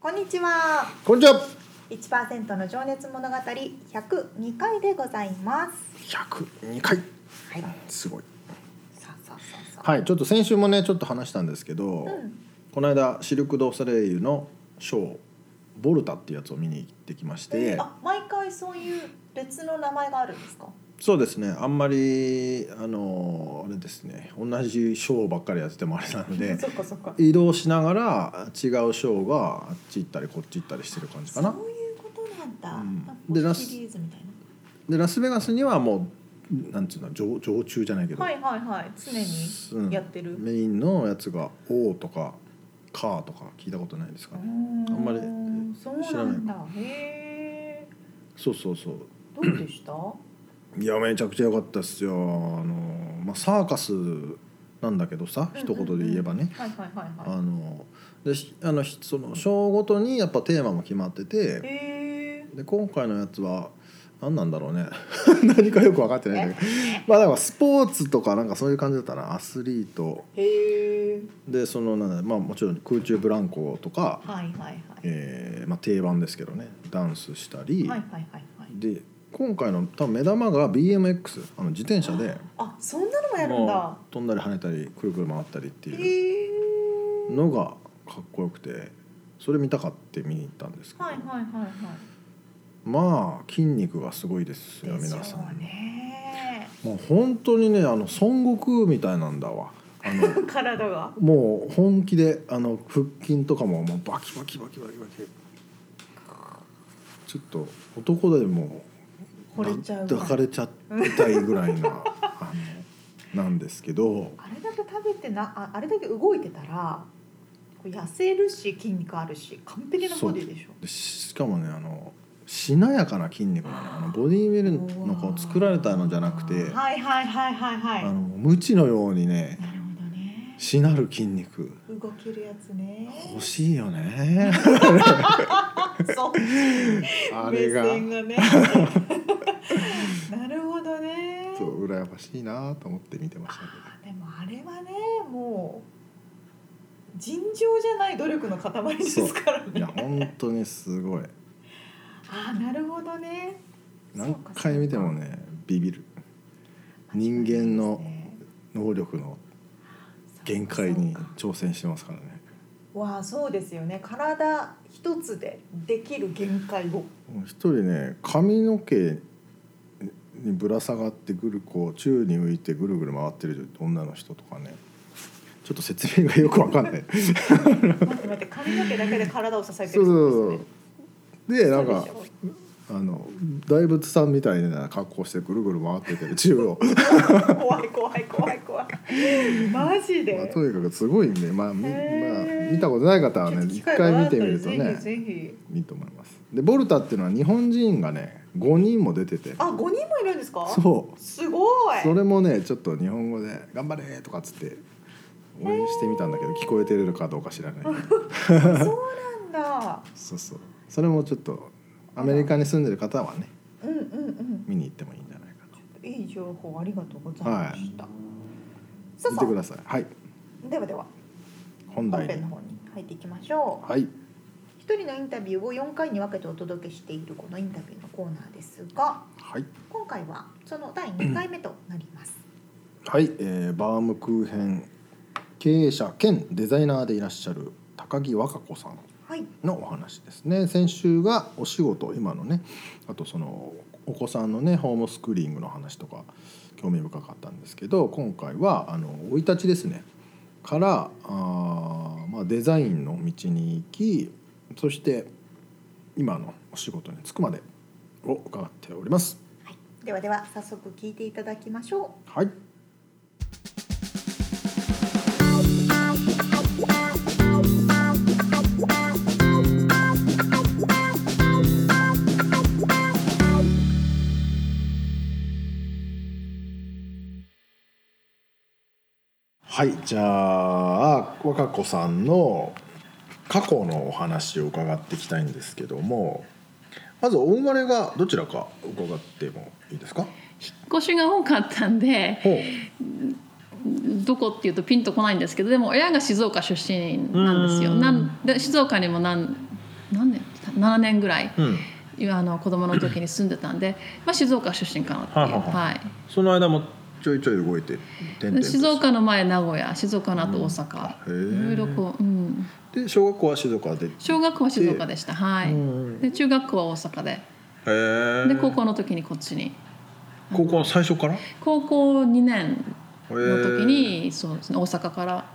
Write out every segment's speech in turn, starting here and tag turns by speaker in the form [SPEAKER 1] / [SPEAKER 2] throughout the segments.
[SPEAKER 1] こんにちは
[SPEAKER 2] こんにちは。
[SPEAKER 1] 1%の情熱物語102回でございます
[SPEAKER 2] 百二回。
[SPEAKER 1] はい
[SPEAKER 2] すごい。
[SPEAKER 1] さあさあさあさあ
[SPEAKER 2] はい、ちょっと先週もね、ちょっと話したんですけど。
[SPEAKER 1] ん
[SPEAKER 2] この間、シルクドゥソレイユのショー。ボルタっていうやつを見に行ってきまして。
[SPEAKER 1] あ毎回そういう別の名前があるんですか
[SPEAKER 2] そうですね。あんまり、あの、あれですね。同じショーばっかりやっててもあれなの で。
[SPEAKER 1] そっかそっか
[SPEAKER 2] 移動しながら違うショーがあっち行ったりこっち行ったりしてる感じかな
[SPEAKER 1] そういうことなんだ、
[SPEAKER 2] うん
[SPEAKER 1] なんか
[SPEAKER 2] でラス
[SPEAKER 1] シリーズみたいな
[SPEAKER 2] でラスベガスにはもうなんていうの常常駐じゃないけど、
[SPEAKER 1] はいはいはい常
[SPEAKER 2] うん
[SPEAKER 1] にやってる、
[SPEAKER 2] メインのやつが「O」とか「カー」とか聞いたことないですかね
[SPEAKER 1] あ
[SPEAKER 2] あんまり
[SPEAKER 1] そうなんだへえ
[SPEAKER 2] そうそうそう
[SPEAKER 1] どうでした
[SPEAKER 2] いやめちゃくちゃ良かったっすよあの、まあ、サーカスなんだけどさ 一言で言えばね、
[SPEAKER 1] はいはいはいは
[SPEAKER 2] あのでしあのひそのショーごとにやっぱテーマも決まって
[SPEAKER 1] い
[SPEAKER 2] て
[SPEAKER 1] へえ
[SPEAKER 2] で今回のやつは何なんだろうね 何かよく分かってないんだけどまあだからスポーツとかなんかそういう感じだったなアスリート
[SPEAKER 1] へえ
[SPEAKER 2] でそのなんだまあもちろん空中ブランコとか、
[SPEAKER 1] はいはいはい
[SPEAKER 2] えーまあ、定番ですけどねダンスしたり、
[SPEAKER 1] はいはいはいはい
[SPEAKER 2] で今回の多分目玉が BMX あの自転車で
[SPEAKER 1] あそんなのもやるんだ
[SPEAKER 2] もう飛んだり跳ねたりくるくる回ったりって
[SPEAKER 1] へ
[SPEAKER 2] いう
[SPEAKER 1] え
[SPEAKER 2] のがかっこよくてそれ見たかって見に行ったんですけど、
[SPEAKER 1] はいはいはいはい
[SPEAKER 2] まあ筋肉がすごいですよ皆さん、
[SPEAKER 1] ね
[SPEAKER 2] もう本当にねあの孫悟空みたいなんだわ あの
[SPEAKER 1] 体が
[SPEAKER 2] もう本気であの腹筋とかももうバキバキバキバキバキちょっと男でも
[SPEAKER 1] 惚れちゃうぐらい
[SPEAKER 2] 抱かれちゃいたいぐらいなあのなんですけど
[SPEAKER 1] あれだけ食べてなああれだけ動いてたらこう痩せるし筋肉あるし完璧なボディでしょ
[SPEAKER 2] でしかもねあのしなやかな筋肉なのあのボディービルのこう作られたのじゃなくて
[SPEAKER 1] はいはいはいはいは
[SPEAKER 2] あ
[SPEAKER 1] い
[SPEAKER 2] の無知のようにね
[SPEAKER 1] なるほどね
[SPEAKER 2] しなる筋肉
[SPEAKER 1] 動けるやつね
[SPEAKER 2] 欲しいよね
[SPEAKER 1] そう
[SPEAKER 2] あ
[SPEAKER 1] 目
[SPEAKER 2] れが
[SPEAKER 1] 線が ねなるほどね
[SPEAKER 2] そう羨ましいなと思って見てましたけど。
[SPEAKER 1] あーでもあれはねもう尋常じゃない努力の塊ですから
[SPEAKER 2] いや
[SPEAKER 1] ね
[SPEAKER 2] 本当にすごい
[SPEAKER 1] ああなるほどね
[SPEAKER 2] 何回見てもねビビる人間の能力の限界に挑戦してますからね
[SPEAKER 1] わあそうですよね体一つでできる限界を
[SPEAKER 2] もう一人ね髪の毛にぶら下がってぐるこう宙に浮いてぐるぐる回ってる女の人とかねちょっと説明がよくわかんな い
[SPEAKER 1] 待って待って髪の毛だけで体を支えて
[SPEAKER 2] そう
[SPEAKER 1] る
[SPEAKER 2] そう
[SPEAKER 1] そう
[SPEAKER 2] そうで
[SPEAKER 1] ですよね
[SPEAKER 2] なんか
[SPEAKER 1] そうでし
[SPEAKER 2] あの大仏さんみたいな格好してぐるぐる回ってて宙を、
[SPEAKER 1] ょ怖い怖い怖い怖いマジで、
[SPEAKER 2] まあ、とにかくすごいんで、まあみまあ
[SPEAKER 1] へー、
[SPEAKER 2] 見たことない方は
[SPEAKER 1] ちょっ
[SPEAKER 2] ね
[SPEAKER 1] と機
[SPEAKER 2] 一
[SPEAKER 1] 会があ
[SPEAKER 2] 回
[SPEAKER 1] ったら
[SPEAKER 2] 見てみるとね
[SPEAKER 1] ぜひぜひ
[SPEAKER 2] いいと思いますでボルタっていうのは日本人がね5人も出てて
[SPEAKER 1] あ五人もいるんですか
[SPEAKER 2] そう
[SPEAKER 1] すごい
[SPEAKER 2] それもねちょっと日本語で「頑張れ!」とかっつって応援してみたんだけど聞こえてるかどうか知らない
[SPEAKER 1] そうなんだ
[SPEAKER 2] そうそうそれもちょっとアメリカに住んでる方はね
[SPEAKER 1] うんうんうん
[SPEAKER 2] 見に行ってもいいんじゃないか
[SPEAKER 1] いい情報ありがとうございました、さ
[SPEAKER 2] な
[SPEAKER 1] あ
[SPEAKER 2] 見
[SPEAKER 1] さ
[SPEAKER 2] てくださいはい
[SPEAKER 1] あではでは
[SPEAKER 2] 本
[SPEAKER 1] 本
[SPEAKER 2] 題
[SPEAKER 1] 編の
[SPEAKER 2] に
[SPEAKER 1] 方に入っていきましょう
[SPEAKER 2] はい
[SPEAKER 1] 一人のインタビューを4回に分けてお届けしているこのインタビューのコーナーですが
[SPEAKER 2] はい
[SPEAKER 1] 今回はその第2回目となります
[SPEAKER 2] はい、えーバームクーヘン経営者兼デザイナーでいらっしゃる高木和歌子さん
[SPEAKER 1] はい
[SPEAKER 2] のお話ですね先週がお仕事今のねあとそのお子さんのねホームスクーリングの話とか興味深かったんですけど今回はあの生い立ちですねからあー、まあ、デザインの道に行きそして今のお仕事に就くまでを伺っております。
[SPEAKER 1] ではでは早速聞いていただきましょう
[SPEAKER 2] はいはいじゃあ若子さんの過去のお話を伺っていきたいんですけどもまずお生まれがどちらか伺ってもいいですか
[SPEAKER 3] 引っ越しが多かったんで
[SPEAKER 2] ほう
[SPEAKER 3] どこっていうとピンとこないんですけどでも親が静岡出身なんですよ
[SPEAKER 2] うん
[SPEAKER 3] なんで静岡にも何何年7年ぐらい、
[SPEAKER 2] うん、
[SPEAKER 3] あの子供の時に住んでたんで、まあ、静岡出身かなっていう、
[SPEAKER 2] はあはあは
[SPEAKER 3] はい、
[SPEAKER 2] その間もちょいちょい動いて転々
[SPEAKER 3] で
[SPEAKER 2] と
[SPEAKER 3] 静岡の前名古屋静岡の後大阪、
[SPEAKER 2] うんへえ
[SPEAKER 3] いろいろこう、うん、
[SPEAKER 2] で小学校は静岡で
[SPEAKER 3] 小学校は静岡でしたはい、
[SPEAKER 2] うん
[SPEAKER 3] で中学校は大阪で
[SPEAKER 2] へえ
[SPEAKER 3] で高校の時にこっちに
[SPEAKER 2] 高校の最初から
[SPEAKER 3] 高校2年
[SPEAKER 2] の
[SPEAKER 3] の時にそうです、ね、大阪から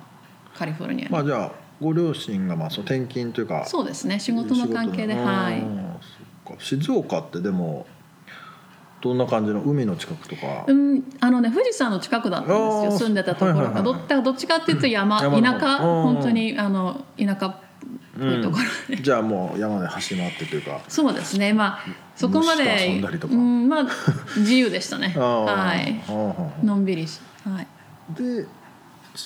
[SPEAKER 3] カリフォルニアに、
[SPEAKER 2] まあじゃあご両親がまあその転勤というか
[SPEAKER 3] そうですね仕事の関係で
[SPEAKER 2] 仕事の
[SPEAKER 3] はい
[SPEAKER 2] うんそっか静岡ってでもどんな感じの海の近くとか、
[SPEAKER 3] うん、あのね富士山の近くだったんです
[SPEAKER 2] あー
[SPEAKER 3] よ住んでたところが、
[SPEAKER 2] はいはいはい
[SPEAKER 3] どっどっちかっていうと山
[SPEAKER 2] 山の方
[SPEAKER 3] 田舎
[SPEAKER 2] うん
[SPEAKER 3] 本当にあの田舎っぽいところ、
[SPEAKER 2] うんじゃあもう山で走り回ってというか
[SPEAKER 3] そうですねまあそこま
[SPEAKER 2] 虫と
[SPEAKER 3] で
[SPEAKER 2] 遊んだりとか
[SPEAKER 3] うん、まあ自由でした ね
[SPEAKER 2] あー
[SPEAKER 3] はい
[SPEAKER 2] あー
[SPEAKER 3] のんびりし、はい、
[SPEAKER 2] で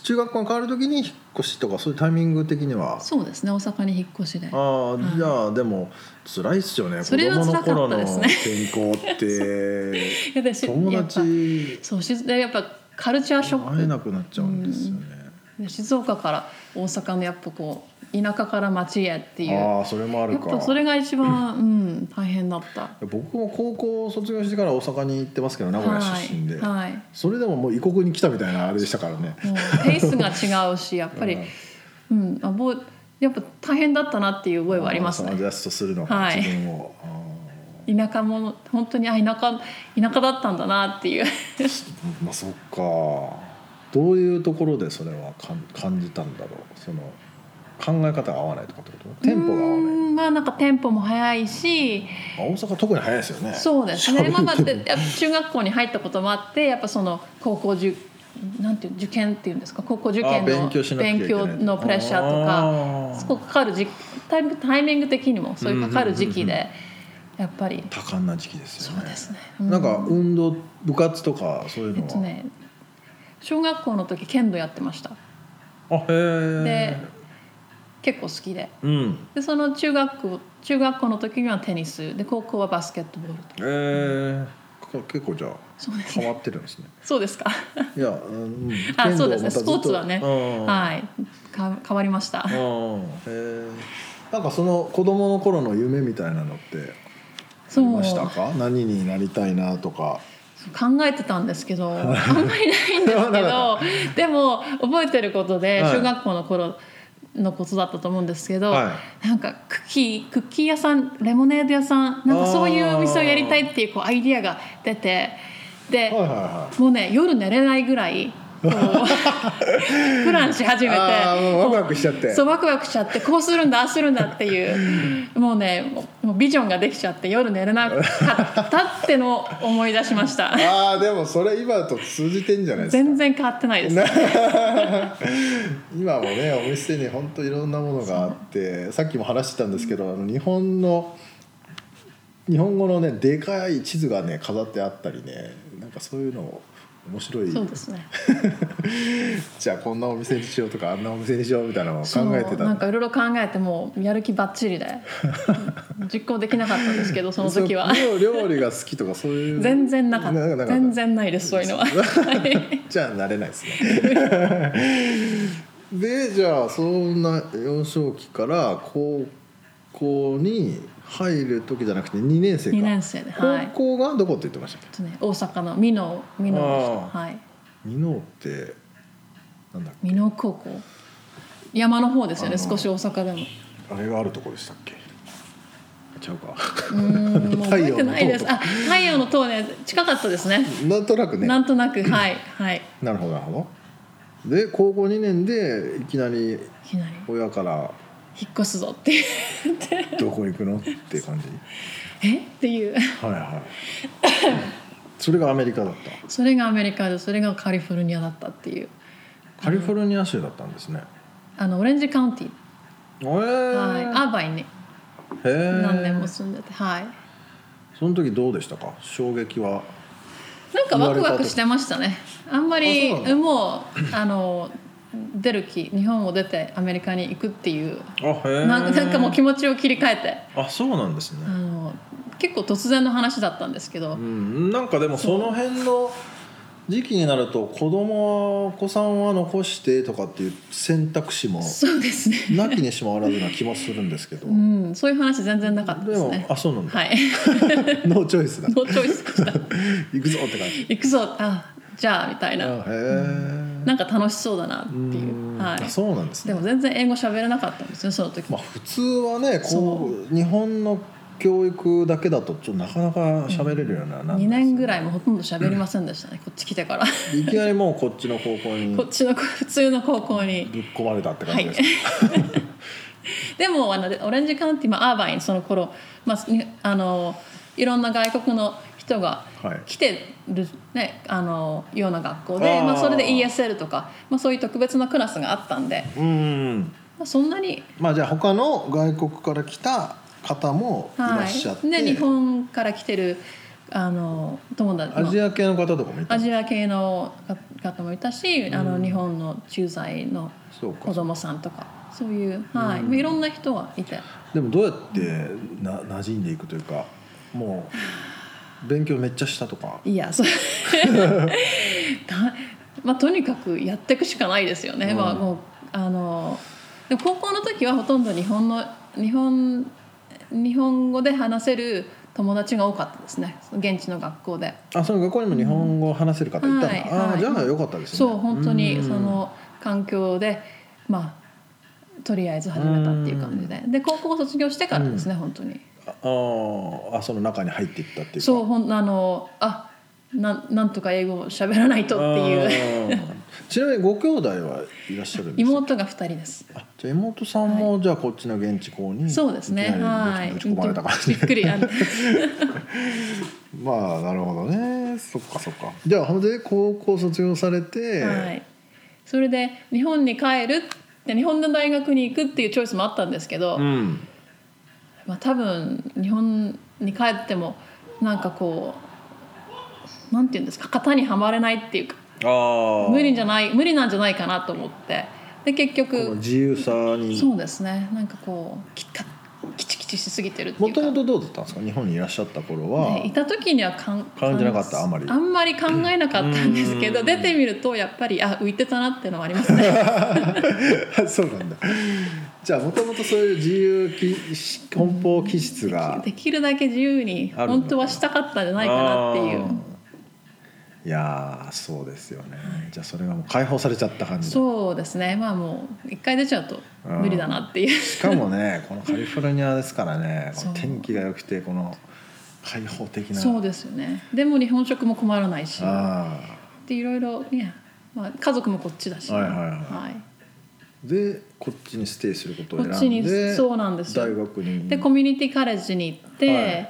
[SPEAKER 2] 中学校に変わる時に引っ越しとかそういうタイミング的には
[SPEAKER 3] そうですね大阪に引っ越しで
[SPEAKER 2] ああ
[SPEAKER 3] はい
[SPEAKER 2] じゃあでも辛いっすよね
[SPEAKER 3] それは
[SPEAKER 2] 子供の
[SPEAKER 3] 辛か
[SPEAKER 2] 頃
[SPEAKER 3] った
[SPEAKER 2] の
[SPEAKER 3] です
[SPEAKER 2] 健
[SPEAKER 3] ね
[SPEAKER 2] 康って
[SPEAKER 3] いやでし
[SPEAKER 2] 友
[SPEAKER 3] やっぱ
[SPEAKER 2] 達
[SPEAKER 3] そうしでやっぱカルチャーショッ
[SPEAKER 2] 会え
[SPEAKER 3] ク
[SPEAKER 2] なくなっちゃうんですよね。
[SPEAKER 3] で静岡から大阪のやっぱこう田舎から町へっていうや
[SPEAKER 2] ああそれもある
[SPEAKER 3] っ
[SPEAKER 2] か。
[SPEAKER 3] ぱそれが一番、うん、大変だった
[SPEAKER 2] 僕も高校を卒業してから大阪に行ってますけど名古屋出身で、
[SPEAKER 3] はいはい
[SPEAKER 2] それでももう異国に来たみたいなあれでしたからね。
[SPEAKER 3] もうペースが違うしやっぱり
[SPEAKER 2] うん、
[SPEAKER 3] うん、あぼやっぱ大変だったなっていう覚えはあります
[SPEAKER 2] そのア
[SPEAKER 3] ね
[SPEAKER 2] ジャストするのが、
[SPEAKER 3] はい
[SPEAKER 2] 自分を。あ
[SPEAKER 3] 田舎も本当にあ田舎田舎だったんだなっていう
[SPEAKER 2] ーまあそっか。どういうところでそれは感感じたんだろう。その考え方が合わないとかってこと。テンポが合わ
[SPEAKER 3] う
[SPEAKER 2] ない。
[SPEAKER 3] んまあなんかテンポも早いし
[SPEAKER 2] あ大阪特に早いですよね。
[SPEAKER 3] そうです ね、
[SPEAKER 2] 喋る
[SPEAKER 3] まあまあ、でやっぱ中学校に入ったこともあってやっぱその高校受なんていう受験っていうんですか高校受
[SPEAKER 2] あ
[SPEAKER 3] 験の
[SPEAKER 2] 勉強しなきゃいけない
[SPEAKER 3] 勉強のプレッシャーとか
[SPEAKER 2] あー
[SPEAKER 3] そこかかる時期タイミタイミング的にもそういうかかる時
[SPEAKER 2] うん
[SPEAKER 3] 期
[SPEAKER 2] うん
[SPEAKER 3] でやっぱり
[SPEAKER 2] 多感な時期ですよ
[SPEAKER 3] そ
[SPEAKER 2] ね。
[SPEAKER 3] うですね。
[SPEAKER 2] なんか
[SPEAKER 3] う
[SPEAKER 2] 運動部活とかそういう
[SPEAKER 3] え
[SPEAKER 2] の
[SPEAKER 3] っ
[SPEAKER 2] は、
[SPEAKER 3] とね小学校の時剣道やってました
[SPEAKER 2] あへえ
[SPEAKER 3] で結構好きで
[SPEAKER 2] うん
[SPEAKER 3] でその中学校中学校の時にはテニスで高校はバスケットボールと
[SPEAKER 2] えー、こ結構じゃあ
[SPEAKER 3] そうです
[SPEAKER 2] 変わってるんです ね
[SPEAKER 3] そうですか
[SPEAKER 2] いや、うん、
[SPEAKER 3] あ
[SPEAKER 2] 剣道
[SPEAKER 3] そうですね
[SPEAKER 2] またずっ
[SPEAKER 3] ス
[SPEAKER 2] と
[SPEAKER 3] ポーツはね
[SPEAKER 2] うん
[SPEAKER 3] はいか変わりました
[SPEAKER 2] うんへえなんかその子供の頃の夢みたいなのってあ
[SPEAKER 3] そ
[SPEAKER 2] り
[SPEAKER 3] う
[SPEAKER 2] ましたか何になりたいなとか
[SPEAKER 3] 考えてたんで すけどあんまりないんですけどでも覚えてることで
[SPEAKER 2] はい
[SPEAKER 3] 小学校の頃のことだったと思うんですけど、
[SPEAKER 2] は
[SPEAKER 3] なんかクッキークッキー屋さんレモネード屋さんなんかそういうお店をやりたいっていうこうアイディアが出て
[SPEAKER 2] はい
[SPEAKER 3] で、
[SPEAKER 2] はいはい
[SPEAKER 3] もうね夜寝れないぐらい こうプランし始め
[SPEAKER 2] あーもうワクワ
[SPEAKER 3] て。
[SPEAKER 2] クしちゃって
[SPEAKER 3] そうワクワクしちゃってこうするんだああするんだっ ていうもうねもうもうビジョンができちゃって夜寝れなかったってのを思い出しました
[SPEAKER 2] ああでもそれ今と通じてんじゃないですか
[SPEAKER 3] 全然変わってないです、
[SPEAKER 2] 今もねお店に本当いろんなものがあってさっきも話してたんですけどあの日本の日本語のねでかい地図がね飾ってあったりねなんかそういうのも面白い
[SPEAKER 3] そうですね
[SPEAKER 2] じゃあこんなお店にしようとかあんなお店にしようみたいなのを考えて
[SPEAKER 3] そうなん
[SPEAKER 2] た
[SPEAKER 3] かいろいろ考えてもうやる気ばっち りで実行できなかったんですけどその時は
[SPEAKER 2] そう料料理が好きとかそういう
[SPEAKER 3] 全然なかっ
[SPEAKER 2] な
[SPEAKER 3] た
[SPEAKER 2] んか
[SPEAKER 3] 全然ないですそうい うのははい
[SPEAKER 2] じゃあなれないですね でじゃあそんな幼少期から高校に入る時じゃなくて2年生か
[SPEAKER 3] 二年生ではい
[SPEAKER 2] 高校がどこって言ってましたっけ
[SPEAKER 3] ちょっとね大阪の美濃美濃でし
[SPEAKER 2] あ
[SPEAKER 3] たはい
[SPEAKER 2] 箕面ってなんだっ
[SPEAKER 3] 美濃高校山の方ですよね
[SPEAKER 2] あの
[SPEAKER 3] 少し大阪でも
[SPEAKER 2] けあれがあるとこでしたっけちゃうか
[SPEAKER 3] うーんもう覚えてないです
[SPEAKER 2] 太陽の塔と
[SPEAKER 3] あ太陽の塔ね近かったですね
[SPEAKER 2] なんとなくね
[SPEAKER 3] な
[SPEAKER 2] なん
[SPEAKER 3] とな くはいはい
[SPEAKER 2] るほどなるほどで高校2年でいきなり
[SPEAKER 3] いきなり
[SPEAKER 2] 親から
[SPEAKER 3] 引っ越すぞっていう
[SPEAKER 2] 「どこ行くの?」って感じ
[SPEAKER 3] えっていう
[SPEAKER 2] はいはいそれがアメリカだった
[SPEAKER 3] それがアメリカでそれがカリフォルニアだったっていう
[SPEAKER 2] カリフォルニア州だったんですね
[SPEAKER 3] あのオレンジカウンティ、
[SPEAKER 2] ええ
[SPEAKER 3] はい、アーバインに
[SPEAKER 2] へえ
[SPEAKER 3] 何年も住んでてはい
[SPEAKER 2] その時どうでしたか衝撃は
[SPEAKER 3] なんかワクワクしてましたねあんまり
[SPEAKER 2] あそうな
[SPEAKER 3] もうあの出る気日本を出てアメリカに行くっていう
[SPEAKER 2] あへえ
[SPEAKER 3] なんなんかもう
[SPEAKER 2] 持
[SPEAKER 3] 気持ちを切り替えて
[SPEAKER 2] あそうなんですね
[SPEAKER 3] あの結構突然の話だったんですけ
[SPEAKER 2] う
[SPEAKER 3] ど、
[SPEAKER 2] ん、なんかでもその辺の時期になると子供はお子さんは残してとかっていう選択肢も
[SPEAKER 3] そうですね、
[SPEAKER 2] なきにしもあらずな気もするんですけど、
[SPEAKER 3] うん、そういう話全然なかったで
[SPEAKER 2] ですも
[SPEAKER 3] ね
[SPEAKER 2] あそうなんだ、
[SPEAKER 3] はい
[SPEAKER 2] ノーチョイスだ
[SPEAKER 3] ノーチョイスでした
[SPEAKER 2] 行くぞって感じ
[SPEAKER 3] 行くぞあじゃあみたいな
[SPEAKER 2] あへ
[SPEAKER 3] なんか楽しそうだなって
[SPEAKER 2] え
[SPEAKER 3] いう、は
[SPEAKER 2] あ
[SPEAKER 3] い、
[SPEAKER 2] そうなんですね
[SPEAKER 3] でも全然英語喋れなかったんですよその時
[SPEAKER 2] ま
[SPEAKER 3] も、
[SPEAKER 2] あ、普通はねこ
[SPEAKER 3] そう
[SPEAKER 2] 日本の教育だけだとちょっとなかなか喋れるようにはならない
[SPEAKER 3] 2年ぐらいもほとんど喋りませんでしたね、こっち来てから
[SPEAKER 2] いきなりもうこっちの高校に
[SPEAKER 3] こっちの普通の高校に。
[SPEAKER 2] ぶっ込まれたって感
[SPEAKER 3] は
[SPEAKER 2] じ
[SPEAKER 3] い
[SPEAKER 2] ですか、、
[SPEAKER 3] でもあのオレンジカウンティ、まあ、アーバインその頃、まあ、にあのいろんな外国の人が
[SPEAKER 2] はい
[SPEAKER 3] 来てる、ね、あのような学校で
[SPEAKER 2] あー
[SPEAKER 3] まあ、それで ESL とか、まあ、そういう特別なクラスがあったんで、
[SPEAKER 2] うん
[SPEAKER 3] まあ、そんなに、
[SPEAKER 2] まあじゃあ他の外国から来た方もいらっしゃって、
[SPEAKER 3] で日本から来てるあの友達
[SPEAKER 2] アジア系の方とかもいた
[SPEAKER 3] アジア系の方もいたし、あの日本の駐在の
[SPEAKER 2] そうか
[SPEAKER 3] 子供さんとかそういう、はい
[SPEAKER 2] うん
[SPEAKER 3] いろんな人がいて
[SPEAKER 2] でもどうやってな馴染んでいくというかもう勉強めっちゃしたとか
[SPEAKER 3] い やそうだまあ、とにかくやっていくしかないですよね、
[SPEAKER 2] うん
[SPEAKER 3] まあ、もうあのでも高校の時はほとんど日本の日本日本語で話せる友達が多かったですね現地の学校で。
[SPEAKER 2] あその学校にも日本語を話せる方いたんだ、
[SPEAKER 3] はい
[SPEAKER 2] ああ
[SPEAKER 3] はい
[SPEAKER 2] じゃあよかったですね
[SPEAKER 3] そう本当に
[SPEAKER 2] うん
[SPEAKER 3] その環境でまあとりあえず始めたっていう感じでで高校を卒業してからですね、本当に
[SPEAKER 2] あああその中に入っていったっていうか
[SPEAKER 3] そうほんあのあなんなんとか英語を喋らないとっていう
[SPEAKER 2] あーちなみにご兄弟はいらっしゃるんですか
[SPEAKER 3] 妹が二人です
[SPEAKER 2] あじゃあ妹さんも、じゃあこっちの現地校に
[SPEAKER 3] そうですね
[SPEAKER 2] いきな
[SPEAKER 3] は
[SPEAKER 2] り
[SPEAKER 3] い
[SPEAKER 2] ぶち込まれた感
[SPEAKER 3] び
[SPEAKER 2] じ
[SPEAKER 3] っくり あの
[SPEAKER 2] まあなるほどねそっかそっかじゃあほんで高校卒業されて、
[SPEAKER 3] はいそれで日本に帰るって日本の大学に行くっていうチョイスもあったんですけど、
[SPEAKER 2] うん
[SPEAKER 3] まあ、多分日本に帰ってもなんかこうなんていうんですか型にはまれないっていうか
[SPEAKER 2] ああ
[SPEAKER 3] 無理じゃ
[SPEAKER 2] い
[SPEAKER 3] ない無理なんじゃないかなと思ってで結
[SPEAKER 2] この
[SPEAKER 3] 局
[SPEAKER 2] 自由さに
[SPEAKER 3] そうですねなんかこうきかキチキチしすぎてるって
[SPEAKER 2] も
[SPEAKER 3] いうか
[SPEAKER 2] ともとどうだったんですか日本にいらっしゃった頃は、
[SPEAKER 3] ねいた時にはかん
[SPEAKER 2] 感じなかったあんまり
[SPEAKER 3] あんまり考えなかったんですけ
[SPEAKER 2] う
[SPEAKER 3] ど
[SPEAKER 2] ん
[SPEAKER 3] 出てみるとやっぱりあ浮いてたなっていうのはありますね
[SPEAKER 2] そうなんだじゃあもともとそういう自由気し奔放気質 が
[SPEAKER 3] できるだけ自由に
[SPEAKER 2] あるの
[SPEAKER 3] 本当はしたかったんじゃないかなってい
[SPEAKER 2] あ
[SPEAKER 3] う
[SPEAKER 2] ーいやーそうですよねじゃあそれがもう解放されちゃった感じだ
[SPEAKER 3] そうですねまあもう一回出ちゃうと無理だなっていう
[SPEAKER 2] しかもねこのカリフォルニアですからねこの
[SPEAKER 3] そう
[SPEAKER 2] 天気が良くてこの開放的な
[SPEAKER 3] そうですよねでも日本食も困らないし
[SPEAKER 2] あ
[SPEAKER 3] でいろいろね、まあ、家族もこっちだし、
[SPEAKER 2] はいはいはい
[SPEAKER 3] い
[SPEAKER 2] ーでこっちにステイすることを
[SPEAKER 3] こ
[SPEAKER 2] 選んで
[SPEAKER 3] っちにそうなんですよ
[SPEAKER 2] 大学に
[SPEAKER 3] でコミュニティカレッジに行って、
[SPEAKER 2] はい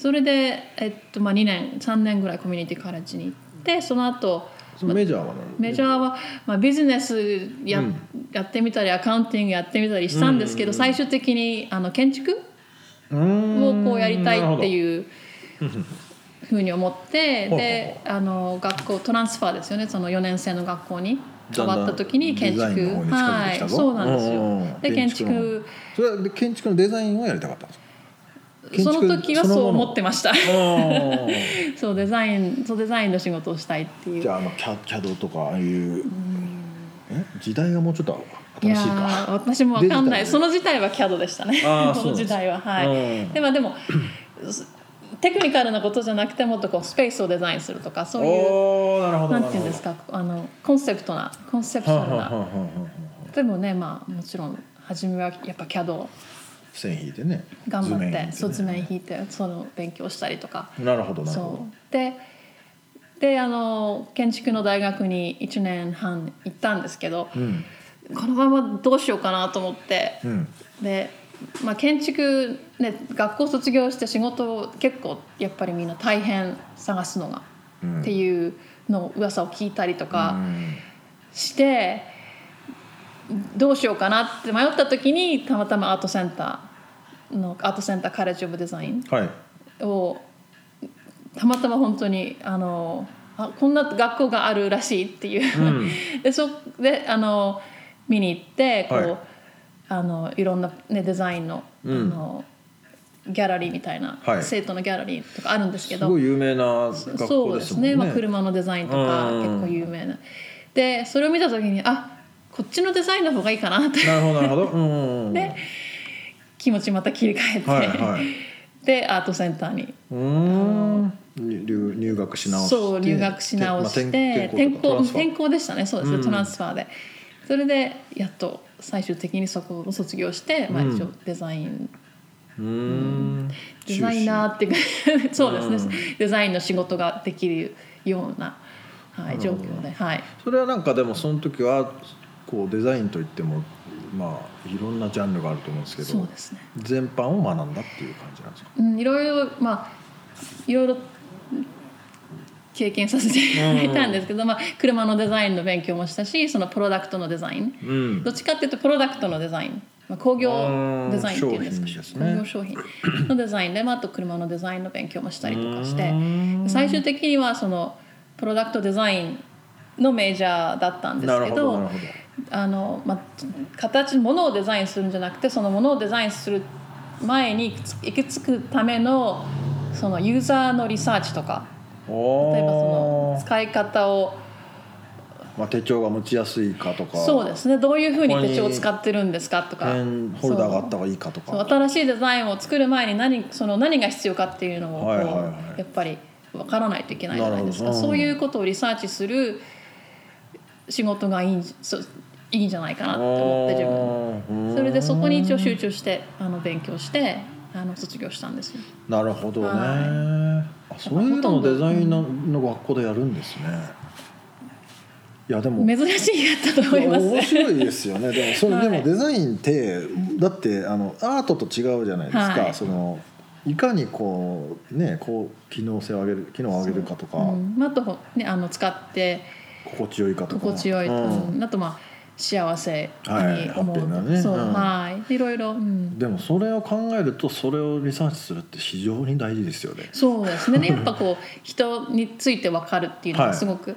[SPEAKER 3] それで、えっとまあ、2年3年ぐらいコミュニティカレッジに行ってその後
[SPEAKER 2] そのメジャーは何
[SPEAKER 3] メジャーは、まあ、ビジネスや,、
[SPEAKER 2] うん
[SPEAKER 3] やってみたりアカウンティングやってみたりしたんですけど、
[SPEAKER 2] うんうんうん
[SPEAKER 3] 最終的にあの建築
[SPEAKER 2] うー
[SPEAKER 3] を
[SPEAKER 2] ん
[SPEAKER 3] こうやりたいって
[SPEAKER 2] う
[SPEAKER 3] いうふうに思って
[SPEAKER 2] ほうほうほう
[SPEAKER 3] であの学校トランスファーですよねその4年生の学校に変わった時に建築
[SPEAKER 2] デザインの方に近づいてきた
[SPEAKER 3] はい
[SPEAKER 2] ぞ
[SPEAKER 3] そうなんです
[SPEAKER 2] うんうんう
[SPEAKER 3] よ
[SPEAKER 2] ん
[SPEAKER 3] で建築
[SPEAKER 2] 建それはで建築のデザインをやりたかったんですか建
[SPEAKER 3] そ
[SPEAKER 2] 築
[SPEAKER 3] の時はそう思ってました
[SPEAKER 2] あ
[SPEAKER 3] そうデザインそうデザインの仕事をしたいってい
[SPEAKER 2] ー
[SPEAKER 3] う
[SPEAKER 2] じゃああのキャキャドとかああいうえ時代がもうちょっと
[SPEAKER 3] い
[SPEAKER 2] 新
[SPEAKER 3] や
[SPEAKER 2] しいか
[SPEAKER 3] ー私もわかんない
[SPEAKER 2] デジタル
[SPEAKER 3] その時代は CAD でしたね
[SPEAKER 2] あー
[SPEAKER 3] この時代ははい、
[SPEAKER 2] うん
[SPEAKER 3] でまあでもすテクニカルなことじゃなくてもっとこうスペースをデザインするとかそういう
[SPEAKER 2] おーなるほど
[SPEAKER 3] なんていうんですかあのコンセプトなコンセプシ
[SPEAKER 2] はあ
[SPEAKER 3] ョ
[SPEAKER 2] はあ
[SPEAKER 3] ン
[SPEAKER 2] はあ
[SPEAKER 3] な
[SPEAKER 2] はあはあ
[SPEAKER 3] でもねまあもちろん初めはやっぱ CAD
[SPEAKER 2] 線引いてね
[SPEAKER 3] 頑張
[SPEAKER 2] 図面引
[SPEAKER 3] っ
[SPEAKER 2] い
[SPEAKER 3] て
[SPEAKER 2] ね
[SPEAKER 3] そう図面引いてその勉強したりとか
[SPEAKER 2] なるほどなるほ
[SPEAKER 3] そ
[SPEAKER 2] ど
[SPEAKER 3] うでであの建築の大学に1年半行ったんですけど、
[SPEAKER 2] うん
[SPEAKER 3] このままどうしようかなと思って、
[SPEAKER 2] うん
[SPEAKER 3] で、まあ、建築、ね、学校卒業して仕事を結構やっぱりみんな大変探すのが、
[SPEAKER 2] うん
[SPEAKER 3] っていうのを噂を聞いたりと
[SPEAKER 2] う
[SPEAKER 3] か
[SPEAKER 2] ん
[SPEAKER 3] して、どうしようかなって迷った時にたまたまアートセンターのアートセンターカレッジ・オブ・デザイン
[SPEAKER 2] はい
[SPEAKER 3] をたまたま本当にあのあこんな学校があるらしいっていう、 でそであの見に行ってこう、
[SPEAKER 2] はい
[SPEAKER 3] い、あのいろんな、ね、デザインの,、
[SPEAKER 2] うん
[SPEAKER 3] あのギャラリーみたいな、
[SPEAKER 2] はい
[SPEAKER 3] 生徒のギャラリーとかあるんです け
[SPEAKER 2] す
[SPEAKER 3] ど
[SPEAKER 2] ごい有名な学
[SPEAKER 3] そ
[SPEAKER 2] 校
[SPEAKER 3] う
[SPEAKER 2] で
[SPEAKER 3] ですす
[SPEAKER 2] もんね
[SPEAKER 3] ね、まあ、車のデザインとか
[SPEAKER 2] うん
[SPEAKER 3] 結構有名なでそれを見た時にあこっちのデザインの方がいいかなって
[SPEAKER 2] なるほどなるほ どうんうんうん
[SPEAKER 3] で気持ちまた切り替えて、
[SPEAKER 2] はいはい
[SPEAKER 3] でアートセンターに
[SPEAKER 2] うーん入入学し直して
[SPEAKER 3] そう入学し直して、
[SPEAKER 2] て
[SPEAKER 3] 転校
[SPEAKER 2] まあ
[SPEAKER 3] 転校でしたねそうですね、
[SPEAKER 2] うん
[SPEAKER 3] トランスファーでそれでやっと最終的にそこを卒業して、まあ、
[SPEAKER 2] うん
[SPEAKER 3] 一応デザイン
[SPEAKER 2] うーん
[SPEAKER 3] デザイナーっていう そうですね、
[SPEAKER 2] うん
[SPEAKER 3] デザインの仕事ができるような、はい、
[SPEAKER 2] なる
[SPEAKER 3] 状
[SPEAKER 2] ほど
[SPEAKER 3] 況で、はい、
[SPEAKER 2] 修士それはなんかでもその時はこうデザインといってもまあいろんなジャンルがあると思うんですけ
[SPEAKER 3] そう
[SPEAKER 2] ど
[SPEAKER 3] ですね、
[SPEAKER 2] 全般を学んだっていう感じなんですか
[SPEAKER 3] うん、いろいろまあいろいろ経験させていただいたんですけど、まあ、車のデザインの勉強もしたしそのプロダクトのデザイン、
[SPEAKER 2] うん
[SPEAKER 3] どっちかっていうとプロダクトのデザイン、まあ、工業デザインっていうんですか
[SPEAKER 2] うん商品ですね
[SPEAKER 3] 工業商品のデザインで、まあ、あと車のデザインの勉強もしたりとかして
[SPEAKER 2] うん
[SPEAKER 3] 最終的にはそのプロダクトデザインのメジャーだったんです
[SPEAKER 2] なる
[SPEAKER 3] け
[SPEAKER 2] ほ
[SPEAKER 3] ど
[SPEAKER 2] どなるほど
[SPEAKER 3] あの、まあ、形ものをデザインするんじゃなくてそのものをデザインする前に行き着くためのそのユーザーのリサーチとか
[SPEAKER 2] おー
[SPEAKER 3] 例えばその使い方を
[SPEAKER 2] まあ、手帳が持ちやすいかとか
[SPEAKER 3] そうですねどういうふうに手帳を使ってるんですかとか
[SPEAKER 2] ペンホルダーがあった方がいいかとか
[SPEAKER 3] そう新しいデザインを作る前に何その何が必要かっていうのをこう、
[SPEAKER 2] はいはいはい
[SPEAKER 3] やっぱり分からないといけないじゃないです
[SPEAKER 2] な
[SPEAKER 3] か
[SPEAKER 2] るほど
[SPEAKER 3] そういうことをリサーチする仕事がいいんそういいんじゃないかなって思って自分
[SPEAKER 2] 分
[SPEAKER 3] それでそこに一応集中してあの勉強してあの卒業したんですよ
[SPEAKER 2] なるほどね、
[SPEAKER 3] は
[SPEAKER 2] あそういうのをデザインのの学校でやるんですねいやでも
[SPEAKER 3] 珍しいやったと思います
[SPEAKER 2] 面白いですよねでもそれ、
[SPEAKER 3] はい
[SPEAKER 2] でもデザインってだってあのアートと違うじゃないですか、
[SPEAKER 3] はい
[SPEAKER 2] そのいかにこうねこう機能性を上げる機能を上げるかとか、
[SPEAKER 3] うん、あと、ね、あの使って
[SPEAKER 2] 心地よいかとか
[SPEAKER 3] 心地よい、
[SPEAKER 2] う
[SPEAKER 3] うんん、あとまあ幸せ
[SPEAKER 2] はい
[SPEAKER 3] に思うと
[SPEAKER 2] ハッピーなね
[SPEAKER 3] そう、
[SPEAKER 2] うん
[SPEAKER 3] はいいろいろ、うん、
[SPEAKER 2] でもそれを考えるとそれをリサーチするって非常に大事ですよね
[SPEAKER 3] そう ですねでやっぱこう人について分かるっていうの
[SPEAKER 2] は
[SPEAKER 3] が
[SPEAKER 2] い
[SPEAKER 3] すごく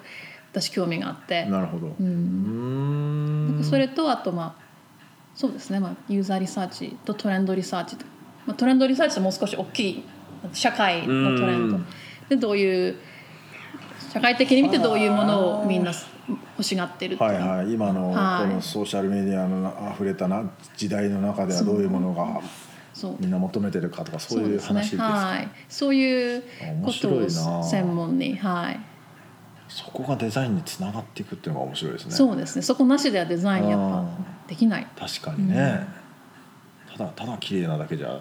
[SPEAKER 3] 私興味があって、
[SPEAKER 2] なるほど
[SPEAKER 3] う、
[SPEAKER 2] うんーん
[SPEAKER 3] それとあとまあそうですね、まあ、ユーザーリサーチとトレンドリサーチと、まあ、トレンドリサーチってもう少し大きい社会のトレンド
[SPEAKER 2] うん
[SPEAKER 3] でどういう社会的に見てどういうものをみんな欲しがってるっていう
[SPEAKER 2] はいはい、今の
[SPEAKER 3] はい
[SPEAKER 2] このソーシャルメディアの溢れたな時代の中ではどういうものが
[SPEAKER 3] そう
[SPEAKER 2] みんな求めてるかとかそういう
[SPEAKER 3] そ
[SPEAKER 2] 話です
[SPEAKER 3] ね
[SPEAKER 2] か
[SPEAKER 3] はい、そういう
[SPEAKER 2] 面
[SPEAKER 3] こ
[SPEAKER 2] 白いな
[SPEAKER 3] とを専門にはい
[SPEAKER 2] そこがデザインにつながっていくっていうのが面白いですね
[SPEAKER 3] そうですねそこなしではデザインやっぱできない
[SPEAKER 2] 確かにね、ただただ綺麗なだけじゃ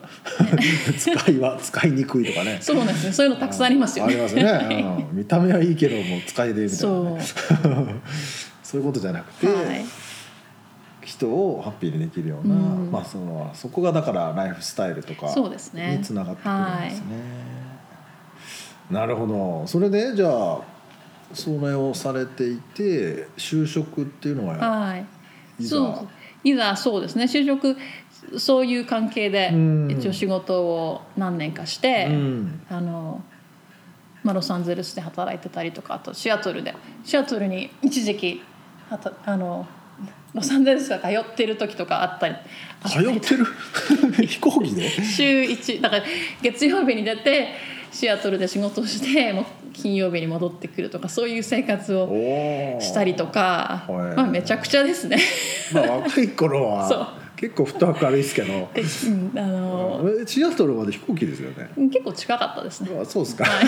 [SPEAKER 2] 使いは使いにくいとかね
[SPEAKER 3] そうですねそういうのたくさんありますよね
[SPEAKER 2] ありますね、うん見た目はいいけどもう使いでみたいなね そういうことじゃなくて、
[SPEAKER 3] はい、
[SPEAKER 2] 人をハッピーにできるような、
[SPEAKER 3] うん
[SPEAKER 2] まあ、そのそこがだからライフスタイルとか
[SPEAKER 3] そうですね
[SPEAKER 2] につながってくるんですね。なるほどそれでじゃあそれをされていて就職っていうのは
[SPEAKER 3] はい、
[SPEAKER 2] いざ
[SPEAKER 3] そういざそうですね就職そういう関係で
[SPEAKER 2] うん
[SPEAKER 3] 一応仕事を何年かして、
[SPEAKER 2] うん
[SPEAKER 3] あのまあ、ロサンゼルスで働いてたりとかあとシアトルでシアトルに一時期はたあのロサンゼルスが通ってる時とかあったりあ
[SPEAKER 2] 通ってる飛行機で
[SPEAKER 3] 週一だから月曜日に出てシアトルで仕事をしてもう金曜日に戻ってくるとかそういう生活を
[SPEAKER 2] おー
[SPEAKER 3] したりとか、
[SPEAKER 2] おーはい
[SPEAKER 3] まあ、めちゃくちゃですね。
[SPEAKER 2] まあ若い頃
[SPEAKER 3] そう
[SPEAKER 2] は結構フットワーク軽いですけど
[SPEAKER 3] うんあの
[SPEAKER 2] えシアトルまで飛行機ですよね
[SPEAKER 3] 結構近かったですね。
[SPEAKER 2] あそうですか、
[SPEAKER 3] はい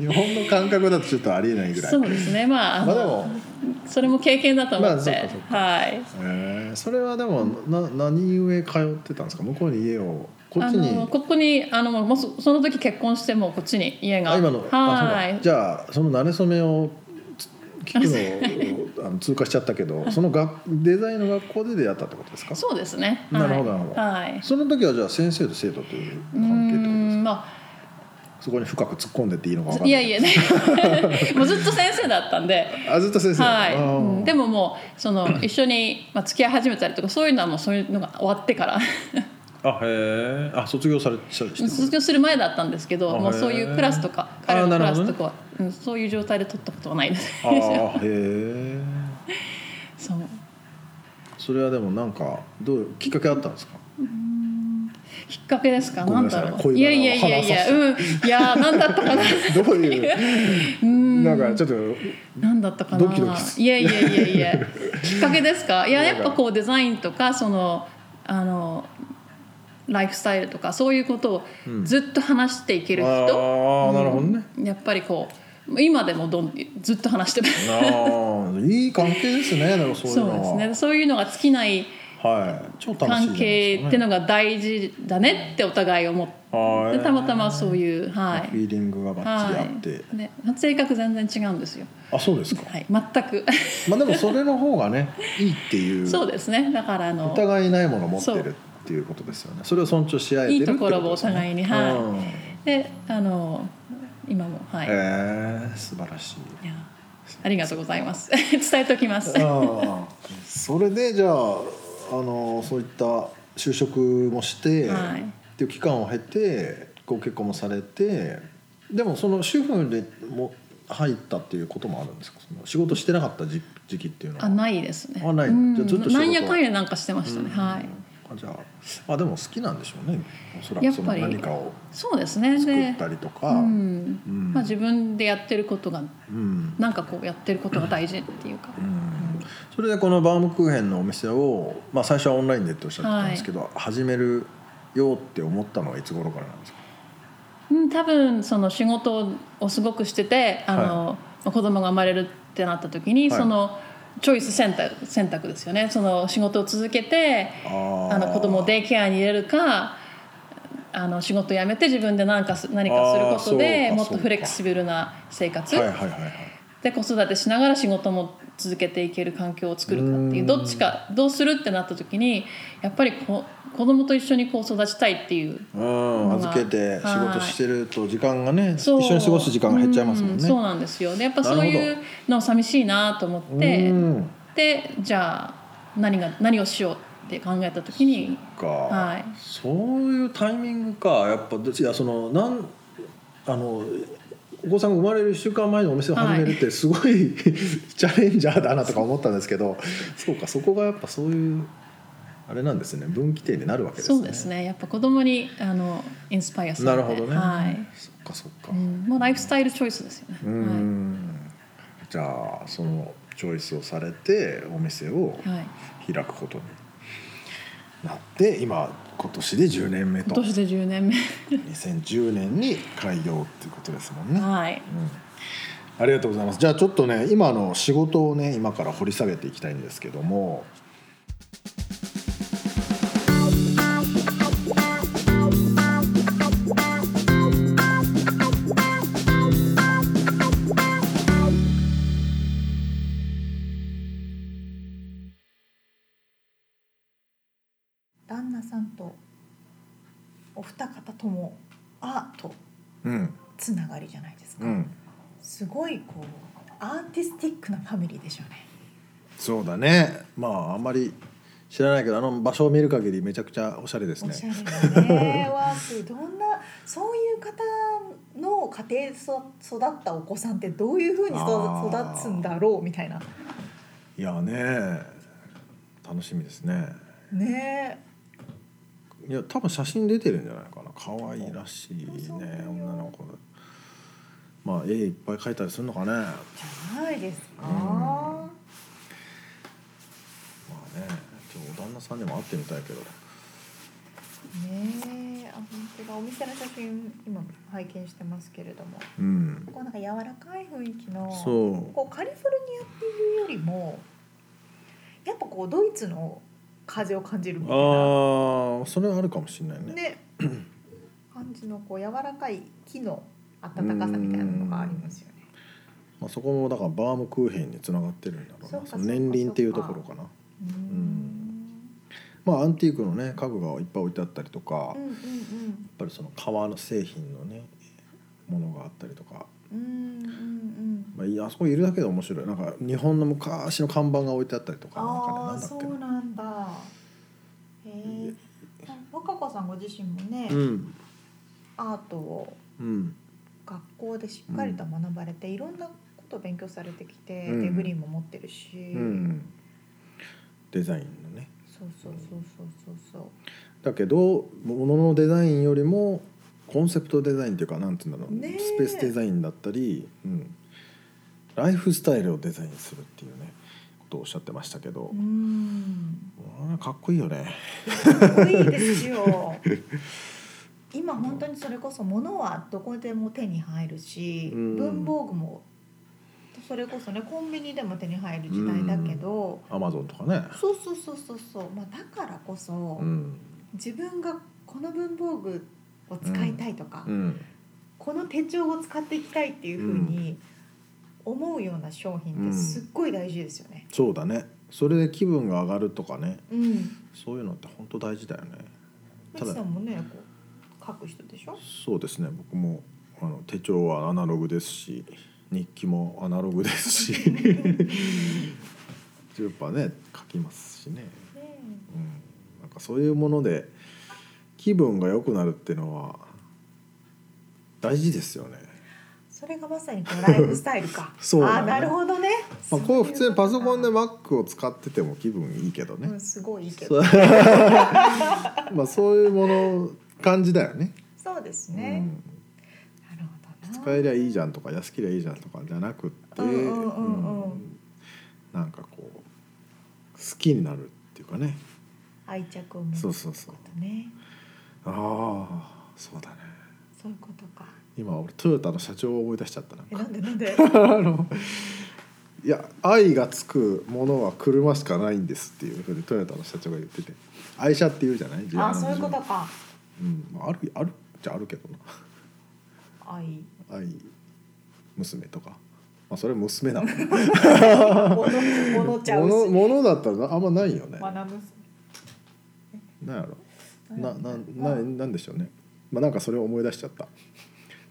[SPEAKER 2] 日本の感覚だとちょっとありえないぐらい
[SPEAKER 3] そうですね。まああ
[SPEAKER 2] まあで
[SPEAKER 3] の
[SPEAKER 2] も
[SPEAKER 3] それも経験だと思
[SPEAKER 2] まあ
[SPEAKER 3] っ
[SPEAKER 2] そってかそっ、
[SPEAKER 3] はい。
[SPEAKER 2] へえそれはでもな何故通ってたんですか向こうに家をこっち
[SPEAKER 3] あの
[SPEAKER 2] に
[SPEAKER 3] ここにあのもうそその時結婚してもうこっちに家が
[SPEAKER 2] あ今の
[SPEAKER 3] は
[SPEAKER 2] あそう
[SPEAKER 3] い
[SPEAKER 2] だじゃあその馴れ初めをつ聞くのを あの通過しちゃったけどその学デザインの学校で出会ったってことですか
[SPEAKER 3] そうですね
[SPEAKER 2] なるほどなるほど
[SPEAKER 3] はい
[SPEAKER 2] その時はじゃあ先生と生徒という
[SPEAKER 3] うー
[SPEAKER 2] 関係ってことです
[SPEAKER 3] ん
[SPEAKER 2] か
[SPEAKER 3] ま
[SPEAKER 2] そこに深く突っ込んでっていいのか分か
[SPEAKER 3] あ
[SPEAKER 2] んない
[SPEAKER 3] いやい やねもうずっと先生だったんで
[SPEAKER 2] あずっと先生
[SPEAKER 3] はい、
[SPEAKER 2] あー
[SPEAKER 3] うんでももうその一緒に、まあ、付き合い始めたりとかそういうのはもうそういうのが終わってから
[SPEAKER 2] あへえあ卒業されちゃうして
[SPEAKER 3] 卒業する前だったんですけど
[SPEAKER 2] あ
[SPEAKER 3] もう
[SPEAKER 2] へー
[SPEAKER 3] そういうクラスとか
[SPEAKER 2] あ
[SPEAKER 3] 彼の
[SPEAKER 2] な
[SPEAKER 3] ク
[SPEAKER 2] る
[SPEAKER 3] ラ
[SPEAKER 2] ほど
[SPEAKER 3] ス
[SPEAKER 2] ね
[SPEAKER 3] とかは、うん、そういう状態で取ったことはないです
[SPEAKER 2] ああへえ
[SPEAKER 3] そう
[SPEAKER 2] それはでもなんかどうきっかけあったんですか
[SPEAKER 3] きっかけですか
[SPEAKER 2] ごめ
[SPEAKER 3] なんん
[SPEAKER 2] なさ
[SPEAKER 3] だ
[SPEAKER 2] い
[SPEAKER 3] ろう
[SPEAKER 2] 恋
[SPEAKER 3] い
[SPEAKER 2] バ
[SPEAKER 3] や
[SPEAKER 2] ナを
[SPEAKER 3] いやいやい
[SPEAKER 2] 話さ
[SPEAKER 3] や
[SPEAKER 2] せ
[SPEAKER 3] うんいやーなんだったか な
[SPEAKER 2] どう いう
[SPEAKER 3] うん
[SPEAKER 2] なんかちょっと
[SPEAKER 3] なんだったかな。
[SPEAKER 2] ドキドキす
[SPEAKER 3] いやいやいやい や。きっかけですか。いややっぱこうデザインとかそのあのライフスタイルとかそういうことを
[SPEAKER 2] うん
[SPEAKER 3] ずっと話していける人。
[SPEAKER 2] ああなるほどね
[SPEAKER 3] やっぱりこう今でもどんずっと話してる。
[SPEAKER 2] ああいい関係です ねでもそういう
[SPEAKER 3] そう
[SPEAKER 2] の
[SPEAKER 3] で
[SPEAKER 2] は
[SPEAKER 3] すね。そういうのが尽きない
[SPEAKER 2] はい超楽しいじゃないですかね
[SPEAKER 3] 関係ってのが大事だねってお互い思って。
[SPEAKER 2] はい
[SPEAKER 3] でたまたまそういうは
[SPEAKER 2] フ
[SPEAKER 3] い。
[SPEAKER 2] ィーリングがバッチリあ
[SPEAKER 3] は
[SPEAKER 2] って、
[SPEAKER 3] い。ね性格全然違うんですよ。
[SPEAKER 2] あそうですか
[SPEAKER 3] はい全く。
[SPEAKER 2] まあでもそれの方が ねいいっていう
[SPEAKER 3] そうですね。だからあの。
[SPEAKER 2] お互いないものを持ってるっていうことですよねそれを尊重し合えてるって
[SPEAKER 3] いいところをお互いにはい
[SPEAKER 2] うん
[SPEAKER 3] であの今もはい、
[SPEAKER 2] へえ素晴らしい
[SPEAKER 3] いやありがとうございます 伝えておきます
[SPEAKER 2] ああそれでじゃああのそういった就職もして、
[SPEAKER 3] はい
[SPEAKER 2] っていう期間を経てご結婚もされてでもその主婦でも入ったっていうこともあるんですかその仕事してなかった時時期っていうのは
[SPEAKER 3] あないですね
[SPEAKER 2] あない
[SPEAKER 3] うん
[SPEAKER 2] じゃあずっと仕事
[SPEAKER 3] なんやかんやなんかしてましたね、はい
[SPEAKER 2] あじゃああでも好きなんでしょうねおそら
[SPEAKER 3] や
[SPEAKER 2] く
[SPEAKER 3] っぱ
[SPEAKER 2] そ
[SPEAKER 3] り
[SPEAKER 2] の何かを
[SPEAKER 3] そうですね
[SPEAKER 2] 作
[SPEAKER 3] で
[SPEAKER 2] ったりとか、
[SPEAKER 3] うん
[SPEAKER 2] うん
[SPEAKER 3] まあ、自分でやってることが
[SPEAKER 2] うん
[SPEAKER 3] なんかこうやってることが大事っていうか、
[SPEAKER 2] うんそれでこのバームクーヘンのお店を、まあ、最初はオンラインでっておっしゃってたんですけど、始めるよって思ったのはいつ頃からなんですか
[SPEAKER 3] うん、多分その仕事をすごくしててあの、まあ子供が生まれるってなった時に、
[SPEAKER 2] はい
[SPEAKER 3] そのチョイス選択選択ですよねその仕事を続けて
[SPEAKER 2] あ
[SPEAKER 3] あの子供をデイケアに入れるかあの仕事辞めて自分で何かす何かすることで
[SPEAKER 2] あーそうか
[SPEAKER 3] もっ
[SPEAKER 2] そう
[SPEAKER 3] と
[SPEAKER 2] か
[SPEAKER 3] フレキシブルな生活
[SPEAKER 2] はいはいはいはい
[SPEAKER 3] で子育てしながら仕事も続けていける環境を作るかっていううんどっちかどうするってなった時にやっぱりこ子供と一緒にこう育ちたいっていう
[SPEAKER 2] うん、預けて仕事してると時間がね一
[SPEAKER 3] そう
[SPEAKER 2] 緒に過ごす時間が減っちゃいますもん
[SPEAKER 3] う
[SPEAKER 2] ね。
[SPEAKER 3] そうなんですよでやっぱそういうの寂しいなと思って
[SPEAKER 2] うん
[SPEAKER 3] でじゃあ何が何をしようって考えた時に
[SPEAKER 2] か、
[SPEAKER 3] はい
[SPEAKER 2] そういうタイミングかやっぱいやそのなんあのお子さんが生まれる1週間前のお店を始めるってすごい、 チャレンジャーだなとか思ったんですけどそうかそこがやっぱそういうあれなんですね分岐点になるわけですね。
[SPEAKER 3] そうですねやっぱ子供にあのインスパイアさ
[SPEAKER 2] な
[SPEAKER 3] れ
[SPEAKER 2] る
[SPEAKER 3] て
[SPEAKER 2] ほどね、
[SPEAKER 3] はい
[SPEAKER 2] そっかそっか。
[SPEAKER 3] うん、もうライフスタイルチョイスですよね、
[SPEAKER 2] うーんじゃあそのチョイスをされてお店を
[SPEAKER 3] はいはい、
[SPEAKER 2] 開くことになって今今年で10年目
[SPEAKER 3] 今
[SPEAKER 2] と
[SPEAKER 3] 年で10年
[SPEAKER 2] 2010年に開業っていうことですもんね、
[SPEAKER 3] 目 はい
[SPEAKER 2] うんありがとうございますじゃあちょっとね今の仕事をね今から掘り下げていきたいんですけども
[SPEAKER 1] 旦那さんとお二方ともアート
[SPEAKER 2] うん
[SPEAKER 1] つながりじゃないですか、
[SPEAKER 2] うん
[SPEAKER 1] すごいこうアーティスティックなファミリーでしょうね
[SPEAKER 2] そうだねまああんまり知らないけどあの場所を見る限りめちゃくちゃおしゃれです
[SPEAKER 1] おしゃ
[SPEAKER 2] ね
[SPEAKER 1] れですねわあすどんなそういう方の家庭でそ育ったお子さんってどういうふうに育
[SPEAKER 2] あー
[SPEAKER 1] 育つんだろうみたいない
[SPEAKER 2] やね楽しみですね
[SPEAKER 1] ね
[SPEAKER 2] いや多分写真出てるんじゃないかな可愛らしい
[SPEAKER 1] そうだ
[SPEAKER 2] ね
[SPEAKER 1] よ
[SPEAKER 2] 女の子まあ絵いっぱい描いたりするのかねま
[SPEAKER 1] えじゃないですか、
[SPEAKER 2] うんあねちょっとお旦那さんにも会ってみたいけど
[SPEAKER 1] ねえあ本当だお店の写真今拝見してますけれども
[SPEAKER 2] うん
[SPEAKER 1] こうなんか柔らかい雰囲気の
[SPEAKER 2] そう
[SPEAKER 1] こうカリフォルニアっていうよりもやっぱこうドイツの風を感じるみたいな
[SPEAKER 2] ああそれはあるかもしれないね
[SPEAKER 1] ね感じのこう柔らかい木の温かさみたいなのがありますよね
[SPEAKER 2] まあ、そこもだからバームクーヘンにつながってるんだろうな
[SPEAKER 1] そうか
[SPEAKER 2] その年輪っていうところかな
[SPEAKER 1] うーん
[SPEAKER 2] まあアンティークのね家具がいっぱい置いてあったりと
[SPEAKER 1] う
[SPEAKER 2] か、やっ
[SPEAKER 1] んうん
[SPEAKER 2] ぱりその革の製品のねものがあったりとか、
[SPEAKER 1] うんうんうん
[SPEAKER 2] まあいい、あそこいるだけで面白いなんか日本の昔の看板が置いてあったりとかなんかね
[SPEAKER 1] ああ
[SPEAKER 2] なんだっ
[SPEAKER 1] そ
[SPEAKER 2] け
[SPEAKER 1] う
[SPEAKER 2] な
[SPEAKER 1] なんだへえ若子さんご自身もね、
[SPEAKER 2] うん
[SPEAKER 1] アートを
[SPEAKER 2] うん
[SPEAKER 1] 学校でしっかりと学ばれて、いろんなことを勉強されてきて、
[SPEAKER 2] うん
[SPEAKER 1] デグリーンも持ってるし、
[SPEAKER 2] うんデザインのね
[SPEAKER 1] そうそうそうそうそうそう
[SPEAKER 2] だけど物のデザインよりもコンセプトデザインっていうかなんていうんだろう、
[SPEAKER 1] ねえ
[SPEAKER 2] スペースデザインだったり、うん、ライフスタイルをデザインするっていうねことをおっしゃってましたけど
[SPEAKER 1] う、ん
[SPEAKER 2] うんかっこいいよね。
[SPEAKER 1] かっこいいです よ今本当にそれこそ物はどこでも手に入るし、
[SPEAKER 2] うん
[SPEAKER 1] 文房具もそれこそねコンビニでも手に入る時代だけど、
[SPEAKER 2] アマゾンとかね、
[SPEAKER 1] そうそうそうそうそう、まあ、だからこそ、
[SPEAKER 2] うん
[SPEAKER 1] 自分がこの文房具を使いたいとか、
[SPEAKER 2] うん、
[SPEAKER 1] この手帳を使っていきたいっていうふうに思うような商品ってすっごい大事ですよね。
[SPEAKER 2] そうだねそれで気分が上がるとかね
[SPEAKER 1] うん。
[SPEAKER 2] そういうのって本当大事だよね。
[SPEAKER 1] ミ
[SPEAKER 2] た
[SPEAKER 1] キ
[SPEAKER 2] だ
[SPEAKER 1] さんもね、こう書く人でしょ。
[SPEAKER 2] そうですね僕もあの手帳はアナログですし日記もアナログで すしやっぱね書きますしね、
[SPEAKER 1] ね
[SPEAKER 2] うん、なんかそういうもので気分が良くなるっていうのは大事ですよね。。
[SPEAKER 1] え、それがまさにこうライフスタイルか
[SPEAKER 2] そう
[SPEAKER 1] あ
[SPEAKER 2] だ
[SPEAKER 1] あ、
[SPEAKER 2] ね
[SPEAKER 1] なるほどね。
[SPEAKER 2] まあ、これ普通にパソコンで
[SPEAKER 1] も
[SPEAKER 2] Mac を使ってても気分いいけど
[SPEAKER 1] う
[SPEAKER 2] ね
[SPEAKER 1] ん、。すごいいいけ
[SPEAKER 2] そ
[SPEAKER 1] ど
[SPEAKER 2] う。 まあそういうもの感じだよね。
[SPEAKER 1] そうです
[SPEAKER 2] う
[SPEAKER 1] ね。
[SPEAKER 2] ん
[SPEAKER 1] なるほどな。
[SPEAKER 2] 使えりゃいいじゃんとか安けりゃいいじゃんとかじゃなくって、
[SPEAKER 1] うんうんうんうん
[SPEAKER 2] うんなんかこう好きになるっていうかね
[SPEAKER 1] 愛着を持つ
[SPEAKER 2] そ
[SPEAKER 1] こ
[SPEAKER 2] うそうそう
[SPEAKER 1] とね。
[SPEAKER 2] ああそうだね
[SPEAKER 1] そういうことか。
[SPEAKER 2] 今俺トヨタの社長を思い出しちゃったなん
[SPEAKER 1] え、
[SPEAKER 2] か
[SPEAKER 1] なんでなん で。
[SPEAKER 2] あのいや愛がつくものは車しかないんですっていうふうにトヨタの社長が言ってて愛車って言うじゃない自分
[SPEAKER 1] あ、そういうことか。
[SPEAKER 2] うんまあ、あるあるじゃあるけどな
[SPEAKER 1] 愛。
[SPEAKER 2] 愛娘とか、まあ、それは娘なの
[SPEAKER 1] もの、ものちゃう
[SPEAKER 2] もの
[SPEAKER 1] し。
[SPEAKER 2] ものだったらなあんまないよね。
[SPEAKER 1] 学ぶ。
[SPEAKER 2] なんやろ。なな
[SPEAKER 1] まあ
[SPEAKER 2] ななんでしょうね。まあなんかそれを思い出しちゃった。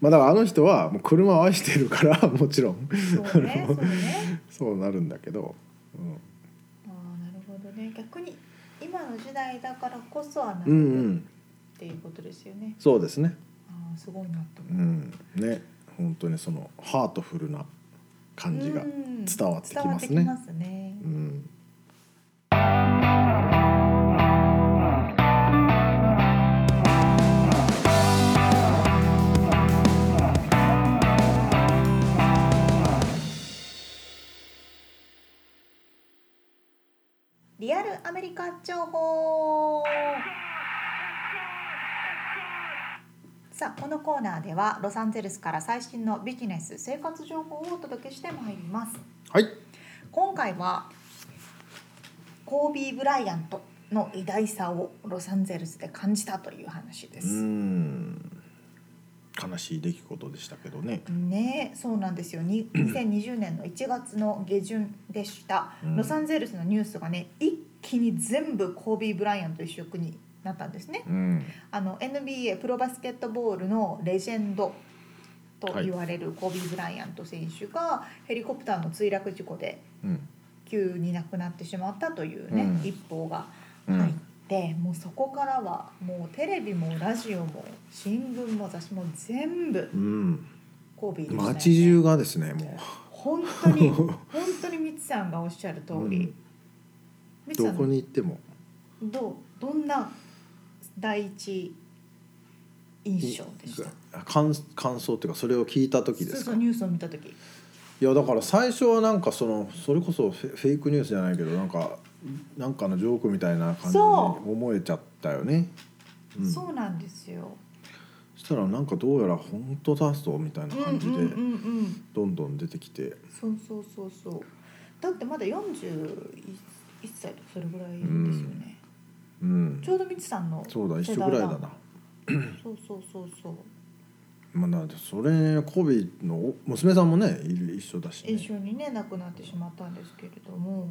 [SPEAKER 2] まあだからあの人はもう車を愛してるからもちろん
[SPEAKER 1] そうね、そうね。
[SPEAKER 2] そうなるんだけど、うん、
[SPEAKER 1] ああ、なるほどね。逆に今の時代だからこそはな
[SPEAKER 2] うんう
[SPEAKER 1] る
[SPEAKER 2] ん
[SPEAKER 1] っていうことですよね。
[SPEAKER 2] そうですね。
[SPEAKER 1] ああ、すごいなと思
[SPEAKER 2] う
[SPEAKER 1] うん
[SPEAKER 2] ね本当にそのハートフルな感じが。
[SPEAKER 1] うん
[SPEAKER 2] 伝わってきますね
[SPEAKER 1] 伝わってきますね
[SPEAKER 2] うん。
[SPEAKER 1] リアルアメリカ情報。さあこのコーナーではロサンゼルスから最新のビジネス生活情報をお届けしてまいります
[SPEAKER 2] はい。
[SPEAKER 1] 今回はコービー・ブライアントの偉大さをロサンゼルスで感じたという話で
[SPEAKER 2] う
[SPEAKER 1] す。
[SPEAKER 2] ん。悲しい出来事でしたけどね。
[SPEAKER 1] ねえ、そうなんですよに2020年の1月の下旬でした、
[SPEAKER 2] うん
[SPEAKER 1] ロサンゼルスのニュースがね一気に全部コービー・ブライアント一色になったんですね
[SPEAKER 2] うん。
[SPEAKER 1] あの NBA プロバスケットボールのレジェンドと言われるコービー・ブライアント選手がヘリコプターの墜落事故で
[SPEAKER 2] うん。
[SPEAKER 1] 急に亡くなってしまったというね、
[SPEAKER 2] うん
[SPEAKER 1] 一報が
[SPEAKER 2] うん
[SPEAKER 1] 入って、もうそこからはもうテレビもラジオも新聞も雑誌も全部
[SPEAKER 2] うん。
[SPEAKER 1] コービーでしたよね
[SPEAKER 2] 街中がですねも
[SPEAKER 1] 本当に本当にミツさんがおっしゃる通り、ミ
[SPEAKER 2] う
[SPEAKER 1] ツ
[SPEAKER 2] ど
[SPEAKER 1] さん
[SPEAKER 2] こに行っても
[SPEAKER 1] どうどんな第一印象でした
[SPEAKER 2] 感感想っていうかそれを聞いた時で
[SPEAKER 1] そう
[SPEAKER 2] す
[SPEAKER 1] そ
[SPEAKER 2] か
[SPEAKER 1] うニュースを見た時
[SPEAKER 2] いやだから最初はなんかそのそれこそフェフェイクニュースじゃないけどなんかなんかのジョークみたいな感じに
[SPEAKER 1] そ
[SPEAKER 2] 思えちゃったよね。うん、そ
[SPEAKER 1] そうなんですよ
[SPEAKER 2] したらなんかどうやら本当だぞみたいな
[SPEAKER 1] うんうん
[SPEAKER 2] 感じ
[SPEAKER 1] うん
[SPEAKER 2] で
[SPEAKER 1] うん
[SPEAKER 2] どんどん出てきて、
[SPEAKER 1] そうそうそうそうだってまだ41歳とかそれぐらいですよね、
[SPEAKER 2] うん
[SPEAKER 1] ちょうどみちさんの
[SPEAKER 2] そうだ一緒ぐらいだな
[SPEAKER 1] そうそうそうそう
[SPEAKER 2] まあなんでそれコビのお娘さんもねいる一緒だし、ね、
[SPEAKER 1] 一緒にね亡くなってしまったんですけれども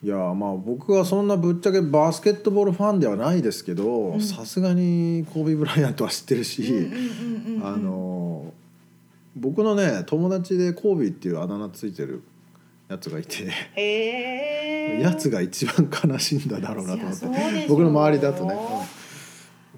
[SPEAKER 2] いやまあ僕はそんなぶっちゃけバスケットボールファンではないですけ
[SPEAKER 1] う
[SPEAKER 2] ど
[SPEAKER 1] ん
[SPEAKER 2] さすがにコービー・ブライアントは知ってるし、
[SPEAKER 1] うんうんうんうんうん
[SPEAKER 2] あの僕のね友達でコービーっていうあだ名ついてるやつがいて、
[SPEAKER 1] へえ
[SPEAKER 2] やつが一番悲しいんだだろうなと思って
[SPEAKER 1] いやそうでしょう
[SPEAKER 2] 僕の周りだとね、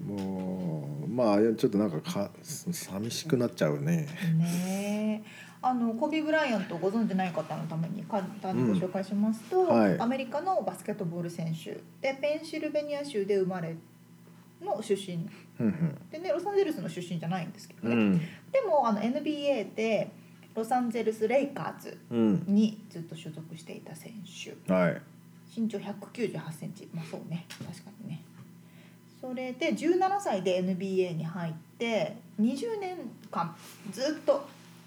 [SPEAKER 2] うんもうまあちょっとなんかか寂しくなっちゃうね。
[SPEAKER 1] ねえあのコビー・ブライアントをご存じない方のために簡単にご紹介しますと、
[SPEAKER 2] んはい
[SPEAKER 1] アメリカのバスケットボール選手でペンシルベニア州で生まれの出身
[SPEAKER 2] うん
[SPEAKER 1] でねロサンゼルスの出身じゃないんですけど
[SPEAKER 2] う
[SPEAKER 1] ね、
[SPEAKER 2] ん
[SPEAKER 1] でもあの NBA でロサンゼルス・レイカーズ
[SPEAKER 2] うん
[SPEAKER 1] にずっと所属していた選手
[SPEAKER 2] はい
[SPEAKER 1] 身長1 9 8センチまあそうね確かにねそれで17歳で NBA に入って20年間ずっと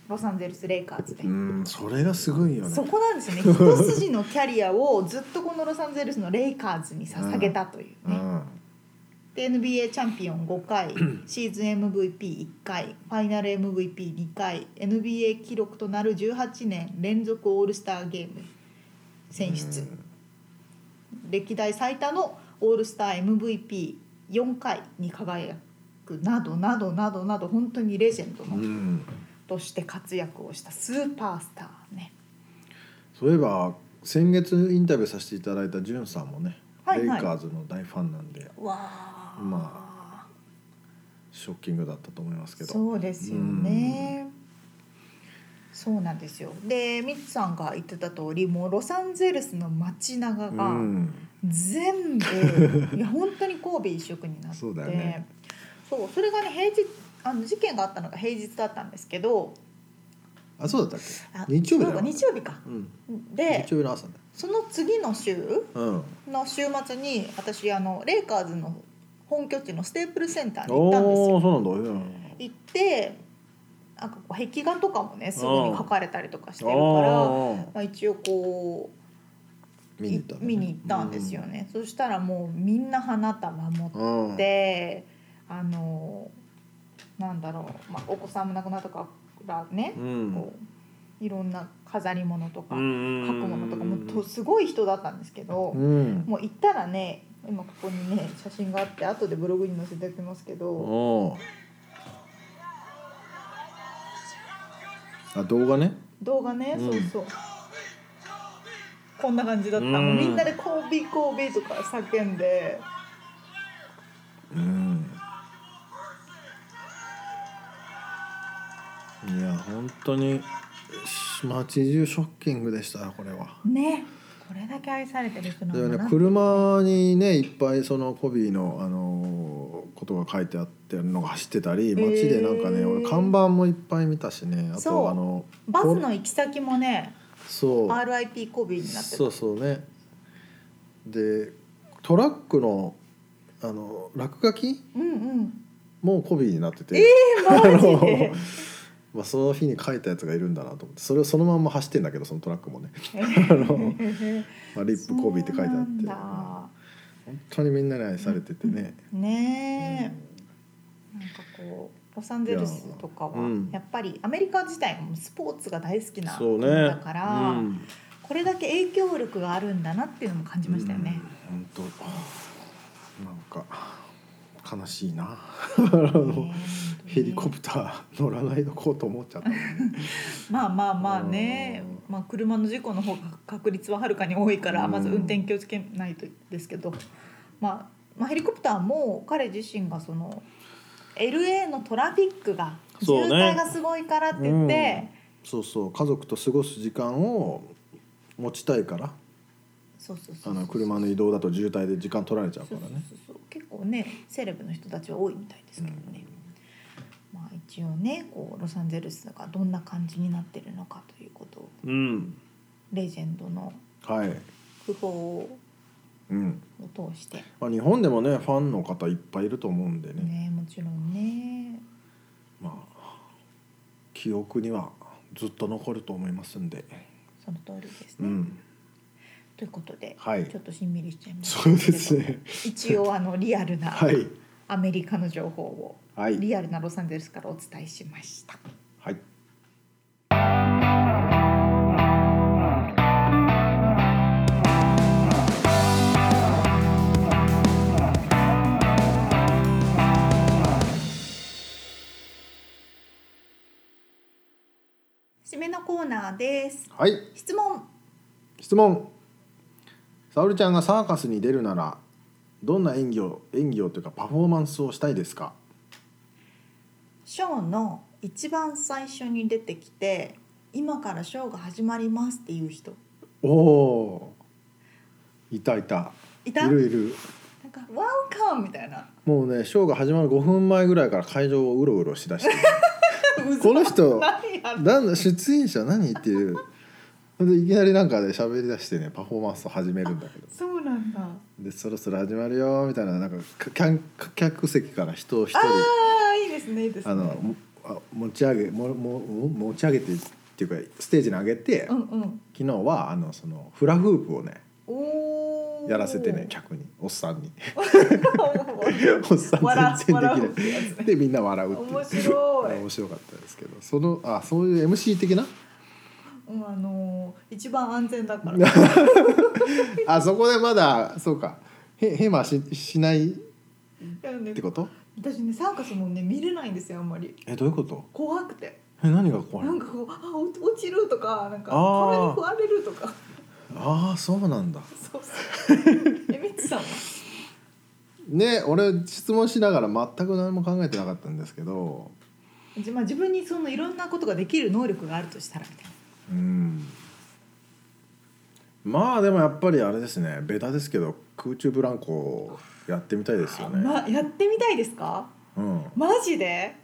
[SPEAKER 1] ロサンゼルス・レイカーズで、
[SPEAKER 2] うんそれがすごいよね
[SPEAKER 1] そ。こなんですよね一筋のキャリアをずっとこのロサンゼルスのレイカーズに捧げたというね、
[SPEAKER 2] うん
[SPEAKER 1] で NBA チャンピオン5回シーズン MVP1 回ファイナル MVP2 回 NBA 記録となる18年連続オールスターゲーム選出、歴代最多のオールスター MVP4 回に輝くなどなどなどなど本当にレジェンド
[SPEAKER 2] う
[SPEAKER 1] の
[SPEAKER 2] ん
[SPEAKER 1] として活躍をしたスーパースターね。
[SPEAKER 2] そういえば先月インタビューさせていただいたジュンさんもね、
[SPEAKER 1] はいはい
[SPEAKER 2] レイカーズの大ファンなんで
[SPEAKER 1] わあ、
[SPEAKER 2] まショッキングだったと思いますけど
[SPEAKER 1] そうですよね。そうなんですよ。で、ミッツさんが言ってた通り、もうロサンゼルスの街長
[SPEAKER 2] う
[SPEAKER 1] が
[SPEAKER 2] ん、
[SPEAKER 1] 全 部、いや本当に神戸一色になって、
[SPEAKER 2] そうだよね
[SPEAKER 1] そうそれがね平日あの事件があったのが平日だったんですけど、
[SPEAKER 2] あそうだっ
[SPEAKER 1] あ
[SPEAKER 2] たっけ日曜日だ
[SPEAKER 1] そう
[SPEAKER 2] よ
[SPEAKER 1] か日曜日か。
[SPEAKER 2] うん、
[SPEAKER 1] で
[SPEAKER 2] 日、曜日の朝ね
[SPEAKER 1] その次の週
[SPEAKER 2] うん
[SPEAKER 1] の週末に私あのレイカーズの本拠地のステープルセンターに行ったんですよ
[SPEAKER 2] おお。そうなんだ、うん、
[SPEAKER 1] 行ってなんかこう壁画とかもねすぐに書かれたりとかしてるから、ま
[SPEAKER 2] ああ
[SPEAKER 1] あ、一応こう
[SPEAKER 2] 見に行ったのね、
[SPEAKER 1] い見に行ったんですよね、そしたらもうみんな花束持
[SPEAKER 2] うん、うん
[SPEAKER 1] っ、て、あのなんだろう、まあ、お子さんも亡くなったからね
[SPEAKER 2] う、ん
[SPEAKER 1] こういろんな飾り物とか、
[SPEAKER 2] うん
[SPEAKER 1] 書くものとかもとすごい人だったんですけど、
[SPEAKER 2] うん
[SPEAKER 1] もう行ったらね今ここにね写真があって後でブログに載せておきますけど。
[SPEAKER 2] おーあ動画ね
[SPEAKER 1] 動画ね、
[SPEAKER 2] うん
[SPEAKER 1] そうそうこんな感じだった、
[SPEAKER 2] うん
[SPEAKER 1] もうみんなで「コービーコービー」とか叫んで
[SPEAKER 2] うんいや本当にし街中ショッキングでしたこれは。
[SPEAKER 1] ねこれだけ愛されてる人なん
[SPEAKER 2] だ
[SPEAKER 1] だ
[SPEAKER 2] よ
[SPEAKER 1] な
[SPEAKER 2] ね、車にねいっぱいそのコビーの、あのーことが書いてあってるのが走ってたり街でなんかね、
[SPEAKER 1] へー
[SPEAKER 2] 俺看板もいっぱい見たしねあ
[SPEAKER 1] そう
[SPEAKER 2] とあの
[SPEAKER 1] バスの行き先もね
[SPEAKER 2] そう
[SPEAKER 1] RIP コービーになってた
[SPEAKER 2] そうそうねでトラックのあの落書き
[SPEAKER 1] うんう ん
[SPEAKER 2] もコビーになってて、
[SPEAKER 1] マジ
[SPEAKER 2] あ
[SPEAKER 1] で
[SPEAKER 2] のまあ、その日に書いたやつがいるんだなと思ってそれをそのまんま走ってんだけどそのトラックも ねまあリップコビーって書
[SPEAKER 1] そう
[SPEAKER 2] いてあって本
[SPEAKER 1] なんだ
[SPEAKER 2] 当にみんなに愛されててね、
[SPEAKER 1] ねえ、なんかこうロサンゼルスとかは
[SPEAKER 2] やうん
[SPEAKER 1] やっぱりアメリカ自体がもうスポーツが大好きな
[SPEAKER 2] そう
[SPEAKER 1] 国
[SPEAKER 2] ね
[SPEAKER 1] だから、
[SPEAKER 2] うん
[SPEAKER 1] これだけ影響力があるんだなっていうのも感じましたよね。
[SPEAKER 2] うん本当なんか悲しいな
[SPEAKER 1] ね
[SPEAKER 2] ヘリコプター乗らないでこうと思っちゃったね、
[SPEAKER 1] まあまあまあね、まあ、車の事故の方が確率ははるかに多いから
[SPEAKER 2] うん
[SPEAKER 1] まず運転気をつけないとですけど、まあ、まあヘリコプターも彼自身がその LA のトラフィックが
[SPEAKER 2] そう
[SPEAKER 1] 渋
[SPEAKER 2] ね
[SPEAKER 1] 滞がすごいからって言って
[SPEAKER 2] そうそう家族と過ごす時間を持ちたいから
[SPEAKER 1] そうそうそ
[SPEAKER 2] あ
[SPEAKER 1] う
[SPEAKER 2] の車の移動だと渋滞で時間取られちゃうか
[SPEAKER 1] そう
[SPEAKER 2] ら
[SPEAKER 1] そう
[SPEAKER 2] ね
[SPEAKER 1] そうそう結構ねセレブの人たちは多いみたいですけどね、まあ一応ねこうロサンゼルスがどんな感じになってるのかということを
[SPEAKER 2] うん
[SPEAKER 1] レジェンドの
[SPEAKER 2] はい
[SPEAKER 1] 訃報を
[SPEAKER 2] うん
[SPEAKER 1] 通して
[SPEAKER 2] まあ、日本でもねファンの方いっぱいいると思うんでね
[SPEAKER 1] ねもちろんね
[SPEAKER 2] まあ記憶にはずっと残ると思いますんで、
[SPEAKER 1] その通りです
[SPEAKER 2] う
[SPEAKER 1] ね、
[SPEAKER 2] ん、
[SPEAKER 1] ということで、
[SPEAKER 2] はい
[SPEAKER 1] ちょっとしんみりしちゃいました
[SPEAKER 2] そうですね
[SPEAKER 1] 一応あのリアルな
[SPEAKER 2] はい
[SPEAKER 1] アメリカの情報を、
[SPEAKER 2] はい
[SPEAKER 1] リアルなロサンゼルスからお伝えしました。
[SPEAKER 2] はい
[SPEAKER 1] 締めのコーナーです。
[SPEAKER 2] はい
[SPEAKER 1] 質問。
[SPEAKER 2] 質問沙織ちゃんがサーカスに出るならどんな演技を演技をというかパフォーマンスをしたいですか
[SPEAKER 1] ショーの一番最初に出てきて、今からショーが始まりますっていう人。
[SPEAKER 2] おおーいたいた
[SPEAKER 1] いた。
[SPEAKER 2] いるいる
[SPEAKER 1] なんかワンカンみたいな。
[SPEAKER 2] もうねショーが始まる5分前ぐらいから会場をうろうろし だしてるこの人
[SPEAKER 1] 何やる。
[SPEAKER 2] なんだ出演者何っていうでいきなりなんかで喋りだしてねパフォーマンスを始めるんだけど
[SPEAKER 1] そうなんだ。
[SPEAKER 2] でそろそろ始まるよみたいななんかか客客席から人を一
[SPEAKER 1] あ
[SPEAKER 2] 人
[SPEAKER 1] あ、いいですね。いいですね。
[SPEAKER 2] あのもあ持ち上げももも持ち上げてっていうかステージに上げて、
[SPEAKER 1] うんうん。
[SPEAKER 2] 昨日はあのそのフラフープをね
[SPEAKER 1] おお。
[SPEAKER 2] やらせてね。客におっさんに
[SPEAKER 1] 面
[SPEAKER 2] おっさん全然
[SPEAKER 1] 笑
[SPEAKER 2] で
[SPEAKER 1] うってや
[SPEAKER 2] き
[SPEAKER 1] つ
[SPEAKER 2] な
[SPEAKER 1] ね
[SPEAKER 2] いでみんな笑うっていう
[SPEAKER 1] 白い。
[SPEAKER 2] 面白かったですけどそのあそういう MC 的な
[SPEAKER 1] うん、あのー一番安全だ から。
[SPEAKER 2] あそこでまだそうかへヘマししないっ
[SPEAKER 1] だよね
[SPEAKER 2] てこと
[SPEAKER 1] 私ね、サーカスもね、見れないんですよ、あんまり。
[SPEAKER 2] えどういうこと
[SPEAKER 1] 怖くて。
[SPEAKER 2] え何が怖い
[SPEAKER 1] なんかこう、あ、落落ちるとか、なんか、
[SPEAKER 2] あー
[SPEAKER 1] 壁に食われると か。
[SPEAKER 2] ああそうなんだ
[SPEAKER 1] そうそう。え、みつさんは。
[SPEAKER 2] ね俺質問しながら全く何も考えてなかったんですけど
[SPEAKER 1] じまあ、自分にそのいろんなことができる能力があるとしたらみたいな。
[SPEAKER 2] うんまあでもやっぱりあれですねベタですけど空中ブランコやってみたいですよね、
[SPEAKER 1] ま、やってみたいですか。
[SPEAKER 2] うん
[SPEAKER 1] マジで。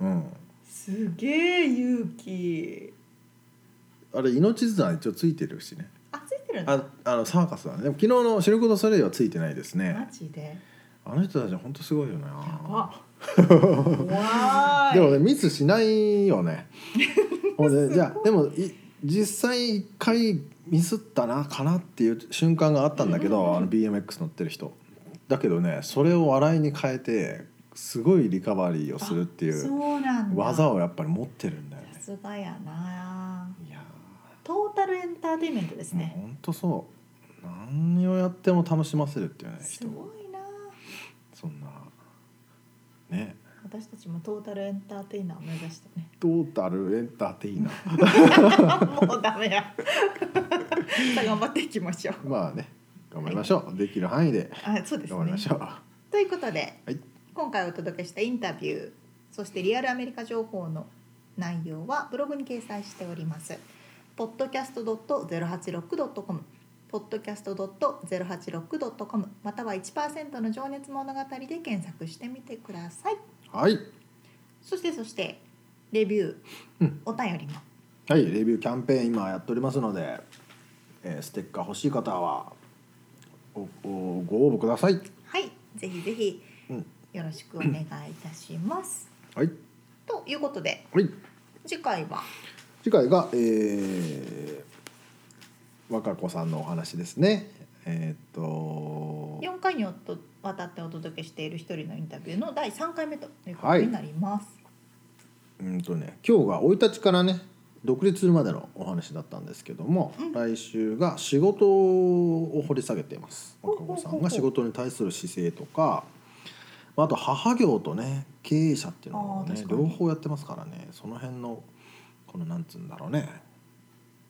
[SPEAKER 2] うん
[SPEAKER 1] すげえ勇気。
[SPEAKER 2] あれ命綱一応ついてるしね
[SPEAKER 1] あ、ついてるんだ。
[SPEAKER 2] ああのサーカスだねでも昨日のシルク・ドゥソレイユはついてないです
[SPEAKER 1] マ
[SPEAKER 2] ね
[SPEAKER 1] ジで。
[SPEAKER 2] あの人たち本当すごいよな
[SPEAKER 1] や ば。怖い。
[SPEAKER 2] でもねミスしない よね。ほんでじゃあでもい実際一回ミスったなかなっていう瞬間があったんだけ
[SPEAKER 1] うんうんう
[SPEAKER 2] ど
[SPEAKER 1] ん
[SPEAKER 2] あの BMX 乗ってる人だけどねそれを笑いに変えてすごいリカバリーをするっていう
[SPEAKER 1] そうなんだ
[SPEAKER 2] 技をやっぱり持ってるんだよね
[SPEAKER 1] さ。すがやない
[SPEAKER 2] や
[SPEAKER 1] トータルエンターテインメントです
[SPEAKER 2] ーもう
[SPEAKER 1] ね
[SPEAKER 2] ほんとそう何をやっても楽しませるっていうね
[SPEAKER 1] す
[SPEAKER 2] 人
[SPEAKER 1] ごいな
[SPEAKER 2] そんなね
[SPEAKER 1] 私たちもトータルエンターテイナーを目指して ね
[SPEAKER 2] トータルエンターテイナー
[SPEAKER 1] もうダメや さあ頑張っていきましょう
[SPEAKER 2] まあね頑張りましょうできる範囲で
[SPEAKER 1] あそうです
[SPEAKER 2] 頑張りまし
[SPEAKER 1] ね
[SPEAKER 2] ょう。
[SPEAKER 1] ということで、
[SPEAKER 2] はい
[SPEAKER 1] 今回お届けしたインタビューそしてリアルアメリカ情報の内容はブログに掲載しております。podcast.086.com podcast.086.com または1%の情熱物語で検索してみてください。
[SPEAKER 2] はい、
[SPEAKER 1] そしてそしてレビュー、
[SPEAKER 2] うん
[SPEAKER 1] お便りも
[SPEAKER 2] はい、レビューキャンペーン今やっておりますので、えーステッカー欲しい方はおおご応募ください。
[SPEAKER 1] はいぜひぜひ
[SPEAKER 2] うん、
[SPEAKER 1] よろしくお願いいたします。
[SPEAKER 2] はい、
[SPEAKER 1] ということで
[SPEAKER 2] はい、
[SPEAKER 1] 次回は
[SPEAKER 2] 次回が、えー、若子さんのお話ですね。えーっと、
[SPEAKER 1] 4回にわたってお届けしている一人のインタビューの第3回目ということになります。
[SPEAKER 2] うんとね、今日が生い立ちからね。独立するまでのお話だったんですけども、
[SPEAKER 1] うん
[SPEAKER 2] 来週が仕事を掘り下げています
[SPEAKER 1] ほう
[SPEAKER 2] 若
[SPEAKER 1] ほうほう
[SPEAKER 2] 子さんが仕事に対する姿勢とかまああと母業とね経営者っていうの
[SPEAKER 1] あ
[SPEAKER 2] を
[SPEAKER 1] ー
[SPEAKER 2] ね
[SPEAKER 1] 確かに
[SPEAKER 2] 両方やってますからねその辺のこのなんつうんだろうね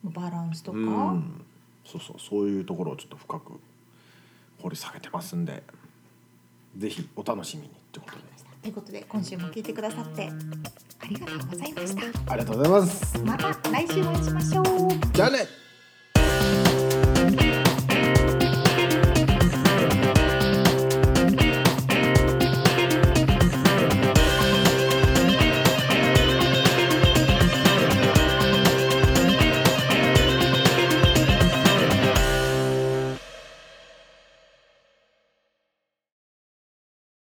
[SPEAKER 1] バランスとか、
[SPEAKER 2] うんそうそうそういうところをちょっと深く掘り下げてますんでぜひお楽しみにってことで
[SPEAKER 1] ということで今週も聞いてくださってありがとうございました。
[SPEAKER 2] ありがとうございます
[SPEAKER 1] また来週お会いしましょう。
[SPEAKER 2] じゃあね